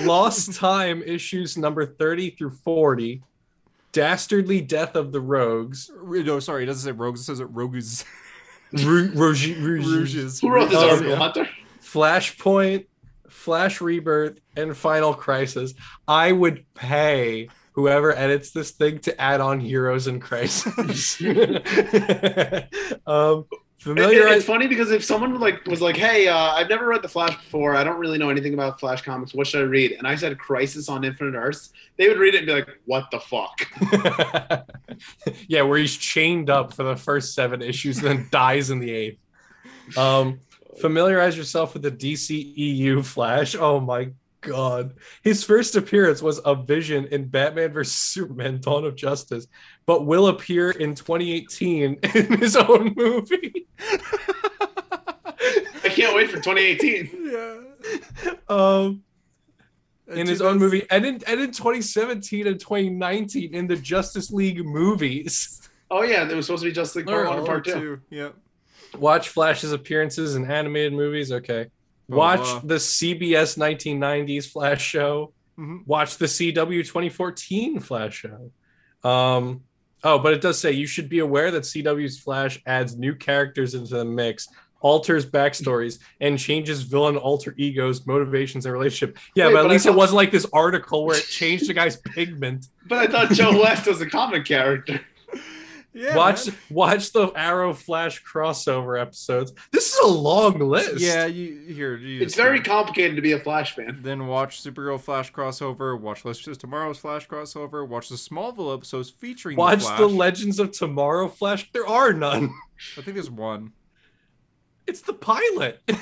C: Lost Time issues number 30 through 40, Dastardly Death of the Rogues,
A: No, sorry, it doesn't say rogues. It says it rogues.
C: Ru- Rouge- Rouge-
A: Rouges.
B: Who wrote this
C: Um,
B: article,
A: Oh, Yeah.
B: Hunter?
C: Flashpoint, Flash Rebirth, and Final Crisis. I would pay whoever edits this thing to add on Heroes and Crisis. um,
B: It- it-
C: familiarize-
B: it's funny because if someone like was like, "Hey, uh, I've never read the Flash before. I don't really know anything about Flash comics. What should I read?" and I said Crisis on Infinite Earths, they would read it and be like, "What the fuck?"
C: yeah, where he's chained up for the first seven issues, then dies in the eighth. Um, familiarize yourself with the DCEU Flash. Oh my god. His first appearance was a vision in Batman vs. Superman Dawn of Justice, but will appear in 2018 in his own movie.
B: I can't wait for 2018.
A: Yeah.
C: Um, in his own
A: 2000
C: movie, and in, and in 2017 and 2019 in the Justice League movies.
B: Oh yeah, it was supposed to be just like part
A: Or
B: one and part two.
A: Yep.
C: Watch Flash's appearances in animated movies. Okay.
A: Oh,
C: Watch
A: wow.
C: the CBS 1990s Flash show.
A: Mhm.
C: Watch the CW 2014 Flash show. Um, Oh, but it does say you should be aware that CW's Flash adds new characters into the mix, alters backstories, and changes villain alter egos, motivations, and relationship. Yeah,
E: Wait,
C: but at
E: but I
C: least
E: thought-
C: it wasn't like this article where it changed the guy's pigment.
E: But I thought Joe West was a comic character.
A: Yeah,
C: watch
A: man.
C: watch the Arrow Flash crossover episodes. This is a long list.
A: Yeah, you here. You
E: It's
A: just-
E: very complicated to be a Flash fan.
A: Then watch Supergirl Flash crossover. Watch Let's Just Tomorrow's Flash crossover. Watch the Smallville episodes featuring
C: Watch
A: the
C: the,
A: Flash.
C: Legends of Tomorrow Flash. There are none.
A: I think there's one.
C: It's the pilot.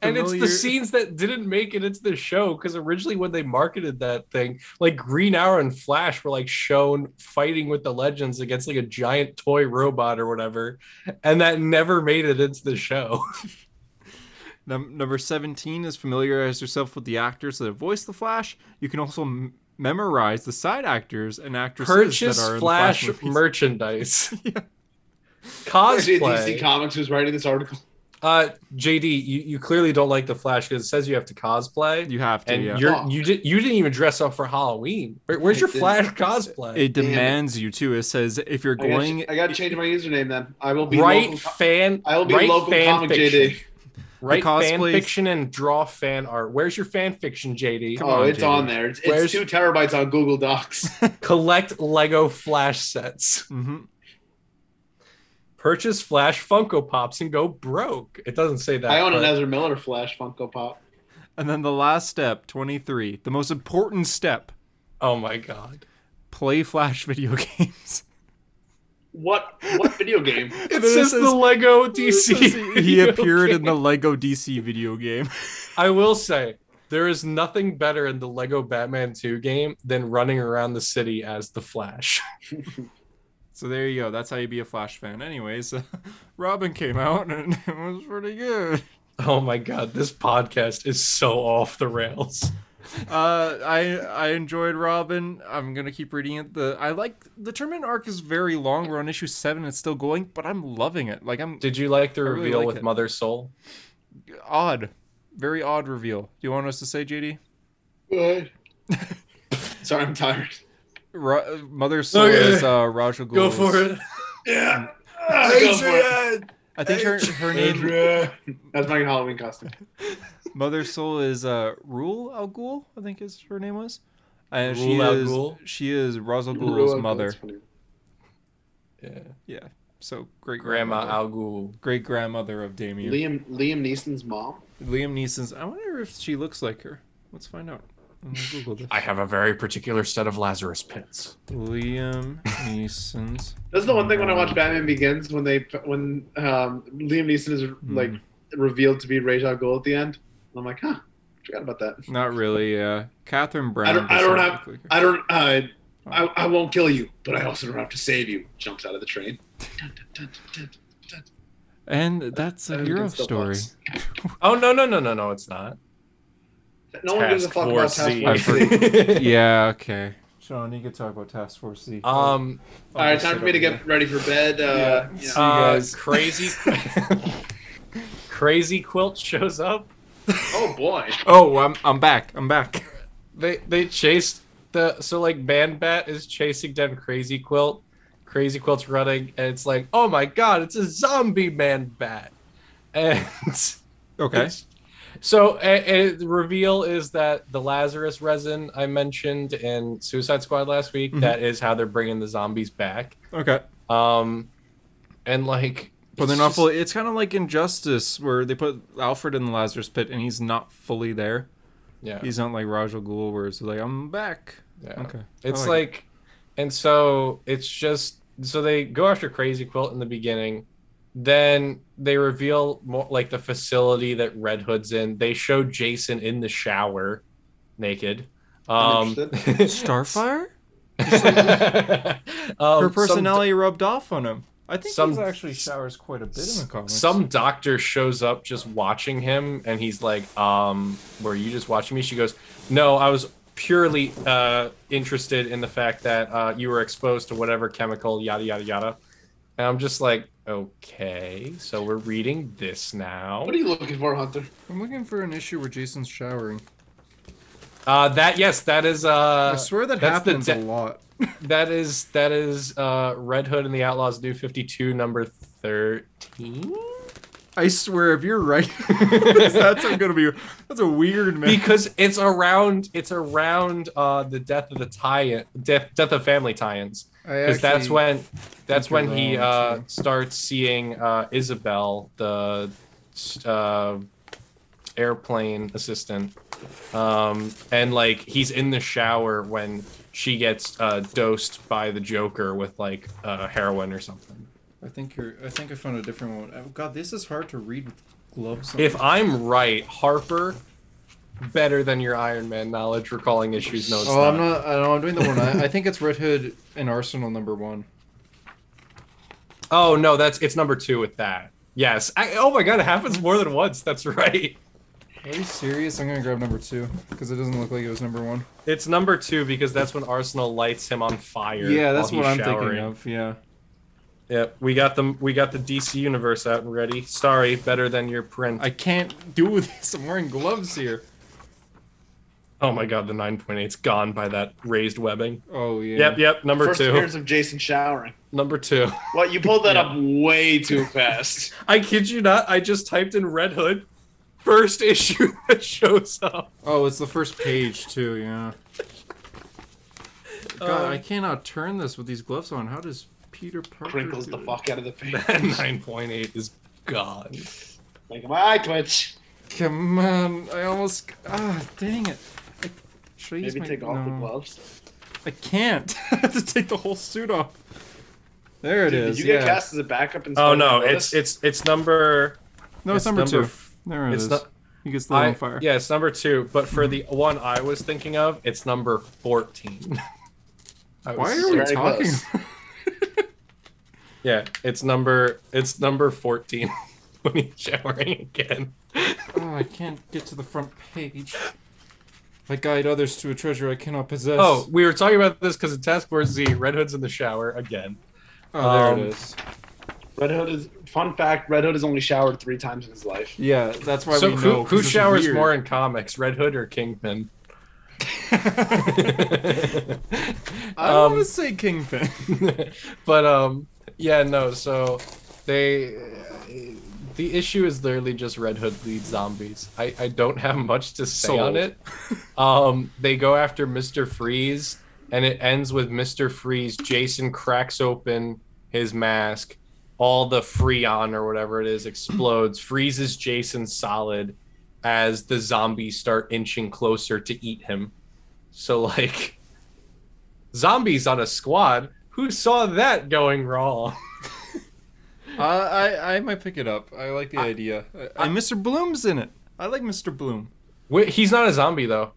C: And it's
A: Familiar-
C: the scenes that didn't make it into the show because originally when they marketed that thing, like Green Arrow and Flash were like shown fighting with the Legends against like a giant toy robot or whatever, and that never made it into the show.
A: Num- number 17 is familiarize yourself with the actors that have voiced the Flash. You can also m- memorize the side actors and actresses
C: Purchase
A: that are in
C: Flash,
A: the Flash movies.
C: merchandise,
A: Yeah.
E: Actually,
C: cosplay.
E: DC Comics was writing this article.
C: Uh, JD, you, you clearly don't like the Flash because it says you have to cosplay,
A: you have to,
C: and
A: yeah.
C: you're
E: Fuck.
C: you did you didn't even dress up for Halloween. Where, where's
E: I
C: your
E: didn't.
C: Flash cosplay?
A: It
E: Damn it.
A: demands you too. It says if you're
E: I
A: going,
E: gotta, I gotta change my username then. I will be
C: Write
E: local-
C: fan.
E: I will be
C: write
E: local
C: fan
E: comic
C: fiction.
E: JD.
C: Write fan
A: cosplays-
C: fiction and draw fan art. Where's your fan fiction, JD?
A: Come
E: oh,
A: on,
E: it's
A: JD.
E: on there. It's,
C: Where's-
E: it's two terabytes on Google Docs.
C: Collect Lego Flash sets.
A: Mhm.
C: Purchase Flash Funko Pops and go broke. It doesn't say that.
E: I own an
C: but-
E: Ezra Miller Flash Funko Pop.
A: and then the last step, 23, the most important step,
C: Oh my god!
A: play Flash video games.
E: What what video game?
C: It
A: then it
C: says
A: says-
C: the Lego
A: It
C: DC.
A: says he
C: video
A: appeared
C: game.
A: in the Lego DC video game.
C: I will say there is nothing better in the Lego Batman 2 game than running around the city as the Flash.
A: So there you go. That's how you be a Flash fan. Anyways, Robin came out and it was pretty good.
C: Oh my god, this podcast is so off the rails.
A: Uh, I I enjoyed Robin. I'm gonna keep reading it. The I like the Termin arc is very long. We're on issue seven. It's still going, but I'm loving it. Like I'm
C: Did you like the
A: I really
C: reveal
A: like
C: with
A: it.
C: Mother Soul?
A: odd, very odd reveal. Do you want us to say JD?
E: Good. Sorry, I'm tired.
A: Ro- Mother Soul
C: Okay.
A: is uh, Raja Ghul's-
C: it.
E: Yeah. Ah, go for it.
A: I think her her name
E: Adrian. Um, That's my Halloween costume.
A: Mother Soul is uh, Rule Al Ghul. I think is her name was. And she
C: Rul Al
A: is
C: Ghul?
A: she is Ra's al
E: That's
A: Ghul's mother.
E: funny.
C: Yeah.
A: Yeah. So great
C: Grandma Al Ghul.
A: great grandmother of Damien.
E: Liam Liam Neeson's mom.
A: Liam Neeson's. I wonder if she looks like her. Let's find out. I'm gonna Google this.
C: I have a very particular set of Lazarus pits.
A: Liam Neeson's.
E: That's the one thing when I watch Batman Begins when they when um, Liam Neeson is like revealed to be Rachel Gold at the end. I'm like, huh, forgot about that.
A: Not really. Uh, Catherine Brown.
E: I don't- I
A: does
E: don't
A: not
E: have-
A: look like her.
E: I don't. Uh, I I won't kill you, but I also don't have to save you. Jumps out of the train. Dun, dun, dun, dun, dun,
A: And that's a
E: dun.
A: hero
E: It's the
A: story.
E: boss.
C: Oh no no no no no! It's not.
E: No one gives a
C: Task
E: fuck about
C: Force
E: Task
C: Z.
E: Force
A: I
E: Z.
A: Yeah. Okay. Sean, you could talk about Task Force C.
C: um.
E: All right, time for me to get ready for bed. Uh,
A: Yeah.
E: yeah.
A: See you
C: Uh,
A: guys.
C: crazy. crazy Quilt shows up.
E: Oh boy.
A: Oh, I'm I'm back. I'm back.
C: they they chased the so like Man Bat is chasing down Crazy Quilt. Crazy Quilt's running, and it's like, oh my god, it's a zombie Man Bat, and
A: Okay.
C: so a- a- the reveal is that the Lazarus resin I mentioned in Suicide Squad last week
A: Mhm.
C: that is how they're bringing the zombies back.
A: Okay.
C: Um, and like,
A: But they're
C: it's
A: not
C: just-
A: fully. It's kind of like Injustice, where they put Alfred in the Lazarus Pit, and he's not fully there.
C: Yeah,
A: He's not like Rajal Ghul, where it's like I'm back.
C: yeah.
A: Okay. I
C: It's
A: it.
C: like, and so it's just so they go after Crazy Quilt in the beginning, then they reveal more like the facility that Red Hood's in. They show Jason in the shower, naked.
E: I'm
C: Um,
A: Starfire.
C: um,
A: her
C: some-
A: personality rubbed off on him. I think
C: some-
A: he actually showers quite a bit in the comics.
C: some doctor shows up just watching him and he's like um were you just watching me she goes no i was purely uh interested in the fact that uh you were exposed to whatever chemical yada yada yada and i'm just like okay so we're reading this now
E: What are you looking for, Hunter?
A: I'm looking for an issue where Jason's showering.
C: uh that yes that is uh
A: I swear that
C: that's the
A: happens
C: de-
A: a lot.
C: that is that is uh, Red Hood and the Outlaws New Fifty Two, number thirteen.
A: I swear, if you're right, that's gonna be that's a weird man.
C: because it's around it's around uh, the death of the tie-in, death, death of family tie-ins. because that's when that's
A: think you're
C: when he
A: wrong,
C: uh,
A: too.
C: starts seeing uh, Isabel, the uh, airplane assistant, um, and like he's in the shower when she gets uh, dosed by the Joker with like uh, heroin or something.
A: I think you're. I think I found a different one. Oh, God, this is hard to read with gloves. on.
C: If I'm right, Harper, better than your Iron Man knowledge, recalling issues. No, it's
A: oh,
C: not.
A: I'm not. I know I'm doing the one. I, I think it's Red Hood and Arsenal number one.
C: Oh no, that's it's number two with that. Yes. I, oh my god, it happens more than once. That's right.
A: Are you serious? I'm gonna grab number two because it doesn't look like it was number one.
C: It's number two because that's when Arsenal lights him on fire.
A: Yeah, that's
C: while
A: what
C: he's
A: I'm
C: showering.
A: thinking of. Yeah.
C: Yep, we got them. We got the DC universe out and ready. Sorry, better than your print.
A: I can't do this. I'm wearing gloves here.
C: oh my god, the 9.8's gone by that raised webbing.
A: Oh yeah.
C: Yep, yep. Number
E: First
C: two.
E: appearance of Jason showering.
C: Number two.
E: What you pulled that
C: Yeah.
E: up way too fast.
C: I kid you not. I just typed in Red Hood. First issue that shows up.
A: Oh, it's the first page too. Yeah. God,
C: Um,
A: I cannot turn this with these gloves on. How does Peter Parker?
E: Crinkles
A: do
E: the
A: it?
E: fuck out of the page.
C: That 9.8 is gone.
E: Like my eye twitch.
A: Come on! I almost. Ah, dang it! I, should I use
E: Maybe
A: my-
E: take off the
A: no.
E: gloves.
A: I can't. I have to take the whole suit off. There it
E: Dude,
A: is.
E: did you get
A: yeah.
E: cast as a backup in
C: Oh
E: Spider-Man
C: no,
E: Notice?
C: it's it's it's number.
A: No, it's,
C: it's
A: number,
C: number
A: two. There it
C: it's
A: is.
C: not-
A: He gets lit
C: I,
A: on fire.
C: yeah, it's number two. But for the one I was thinking of, it's number fourteen. I was-
A: Why are we
E: Very
A: talking?
E: close.
C: Yeah, it's number it's number fourteen when he's showering again.
A: oh, I can't get to the front page. I guide others to a treasure I cannot possess.
C: Oh, we were talking about this because in Task Force Z, Red Hood's in the shower again.
A: Oh, there
C: um,
A: it is.
E: Red Hood is fun fact. Red Hood has only showered three times in his life.
A: Yeah, that's why
C: so
A: we
C: who
A: know. 'cause
C: who
A: it's
C: showers
A: weird.
C: more in comics, Red Hood or Kingpin?
A: I
C: Um,
A: want to say Kingpin.
C: but um yeah no so they the issue is literally just red hood leads zombies i i don't have much to say on
A: Sold.
C: it um they go after mr freeze and it ends with mr freeze jason cracks open his mask all the freon or whatever it is explodes freezes jason solid as the zombies start inching closer to eat him so like zombies on a squad. Who saw that going wrong?
A: uh, I I might pick it up. I like the idea. I, and Mr. Bloom's in it. I like Mr. Bloom.
C: Wait, he's not a zombie though.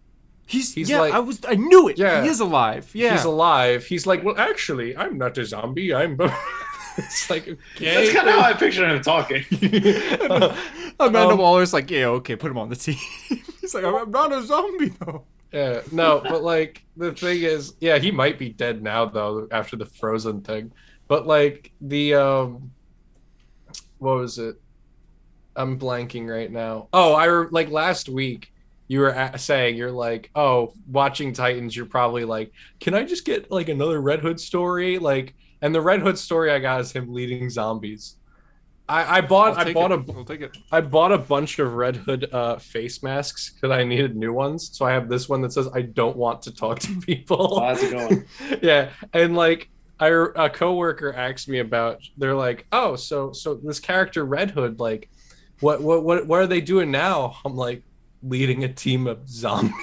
A: He's,
C: He's
A: yeah.
C: like-
A: I was I knew it.
C: Yeah.
A: he is alive. Yeah,
C: He's alive. He's like, well, actually, I'm not a zombie. I'm. it's like okay.
E: That's kind of how I picture him talking.
A: Amanda
C: Um,
A: Waller's like, yeah, okay, put him on the team. He's like, I'm, I'm not a zombie though.
C: yeah, no, but like the thing is, yeah, he might be dead now though after the frozen thing. But like the um, what was it? I'm blanking right now. Oh, I re- like last week you were a saying you're like, oh, watching Titans, you're probably like, can I just get like another Red Hood story? Like, and the Red Hood story I got is him leading zombies. I, I bought I bought a
A: I'll take it.
C: I bought a bunch of Red Hood uh, face masks because I needed new ones. So I have this one that says "I don't want to talk to people."
E: Oh, how's it going?
C: yeah, and like I, a coworker asked me about. They're like, "Oh, so so this character Red Hood, like, what what what what are they doing now?" I'm like, leading a team of zombies,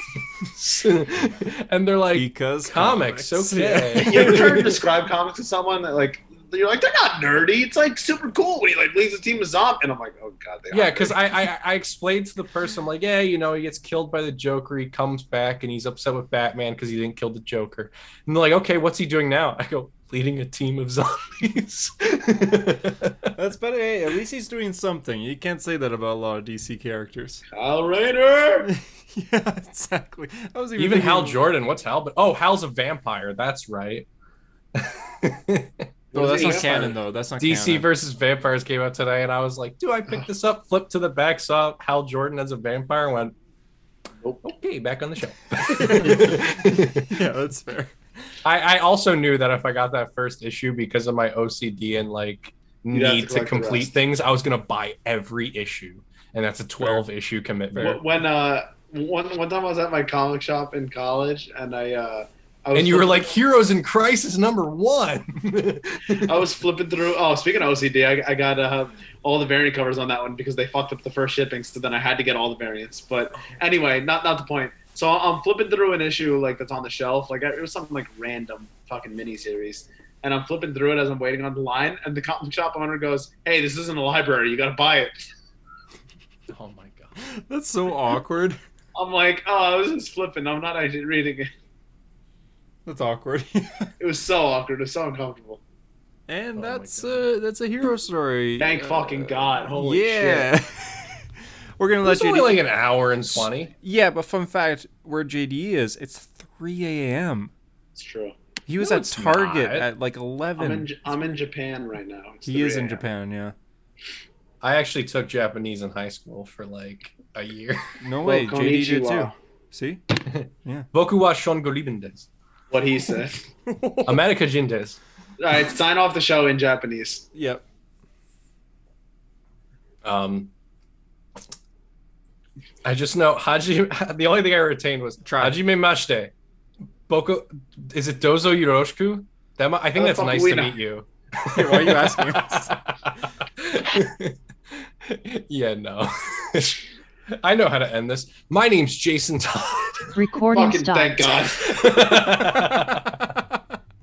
C: and they're like,
A: because
C: "Comics, okay."
E: you ever try to describe comics to someone that like you're like they're not nerdy. It's like super cool when he like leads a team of zombies, and I'm like, oh god, they are
C: yeah because
E: nerdy.
C: I, I i explained to the person like yeah you know he gets killed by the joker he comes back and he's upset with batman because he didn't kill the joker and they're like okay what's he doing now i go leading a team of zombies
A: That's better. Hey, at least he's doing something. You can't say that about a lot of DC characters.
E: Kyle Rayner.
A: yeah, exactly. I was even,
C: even hal
A: thinking-
C: jordan what's hal but oh hal's a vampire that's right
A: No, that's
E: Yeah.
A: not canon though. That's not
C: dc
A: Canon.
C: versus vampires came out today and i was like do i pick this up flip to the back saw hal jordan as a vampire and went
E: Nope.
C: okay back on the show
A: yeah, that's fair.
C: I, I also knew that if I got that first issue because of my OCD and like
B: You'd have to
C: need to,
B: collect the
C: complete
B: rest.
C: things, I was gonna buy every issue, and that's a twelve issue commitment.
B: Wh- When uh, one one time I was at my comic shop in college, and I uh, I was
C: And you were
B: flipping-
C: like, "Heroes in Crisis number one."
B: I was flipping through. Oh, speaking of OCD, I, I got uh, all the variant covers on that one because they fucked up the first shipping, so then I had to get all the variants. But anyway, not not the point. So I'm flipping through an issue like that's on the shelf, like it was something like random fucking miniseries, and I'm flipping through it as I'm waiting on the line, and the comic shop owner goes, "Hey, this isn't a library. You gotta buy it."
C: oh my god.
A: That's so awkward.
B: I'm like, "Oh, I was just flipping. I'm not actually reading it."
A: That's awkward.
B: It was so awkward. It was so uncomfortable.
A: and
C: Oh my
A: that's
C: God.
A: uh, that's a hero story.
B: Thank
A: Uh,
B: fucking God. Holy shit.
A: yeah. We're gonna
C: It was
A: let you.
C: only like an hour and twenty.
A: Yeah, but fun fact, where JD is, it's 3 a.m.
B: It's true.
A: He was
C: No,
A: at
C: it's
A: Target
C: not.
A: at like 11.
B: I'm in J- I'm in Japan right now. It's
A: he is
B: 3
A: in
B: a.m..
A: Japan, yeah.
C: I actually took Japanese in high school for like a year.
A: No
B: Well,
A: way, JD did too.
B: konnichiwa.
A: See?
C: Boku wa shongoliben desu.
B: What he said.
C: America jin desu.
B: All right, sign off the show in Japanese.
A: Yep.
C: Um, I just know Haji. The only thing I retained was
A: Try.
C: Hajime Mashite. Boku. Is it Dozo Yoroshiku? That mu- I think
B: How the
C: that's
B: fuck
C: nice
B: we
C: to
B: know?
C: meet you.
A: Why are you asking?
C: yeah, no. I know how to end this. My name's Jason
E: Recording
B: Fucking
E: stopped.
B: thank God.
C: Todd.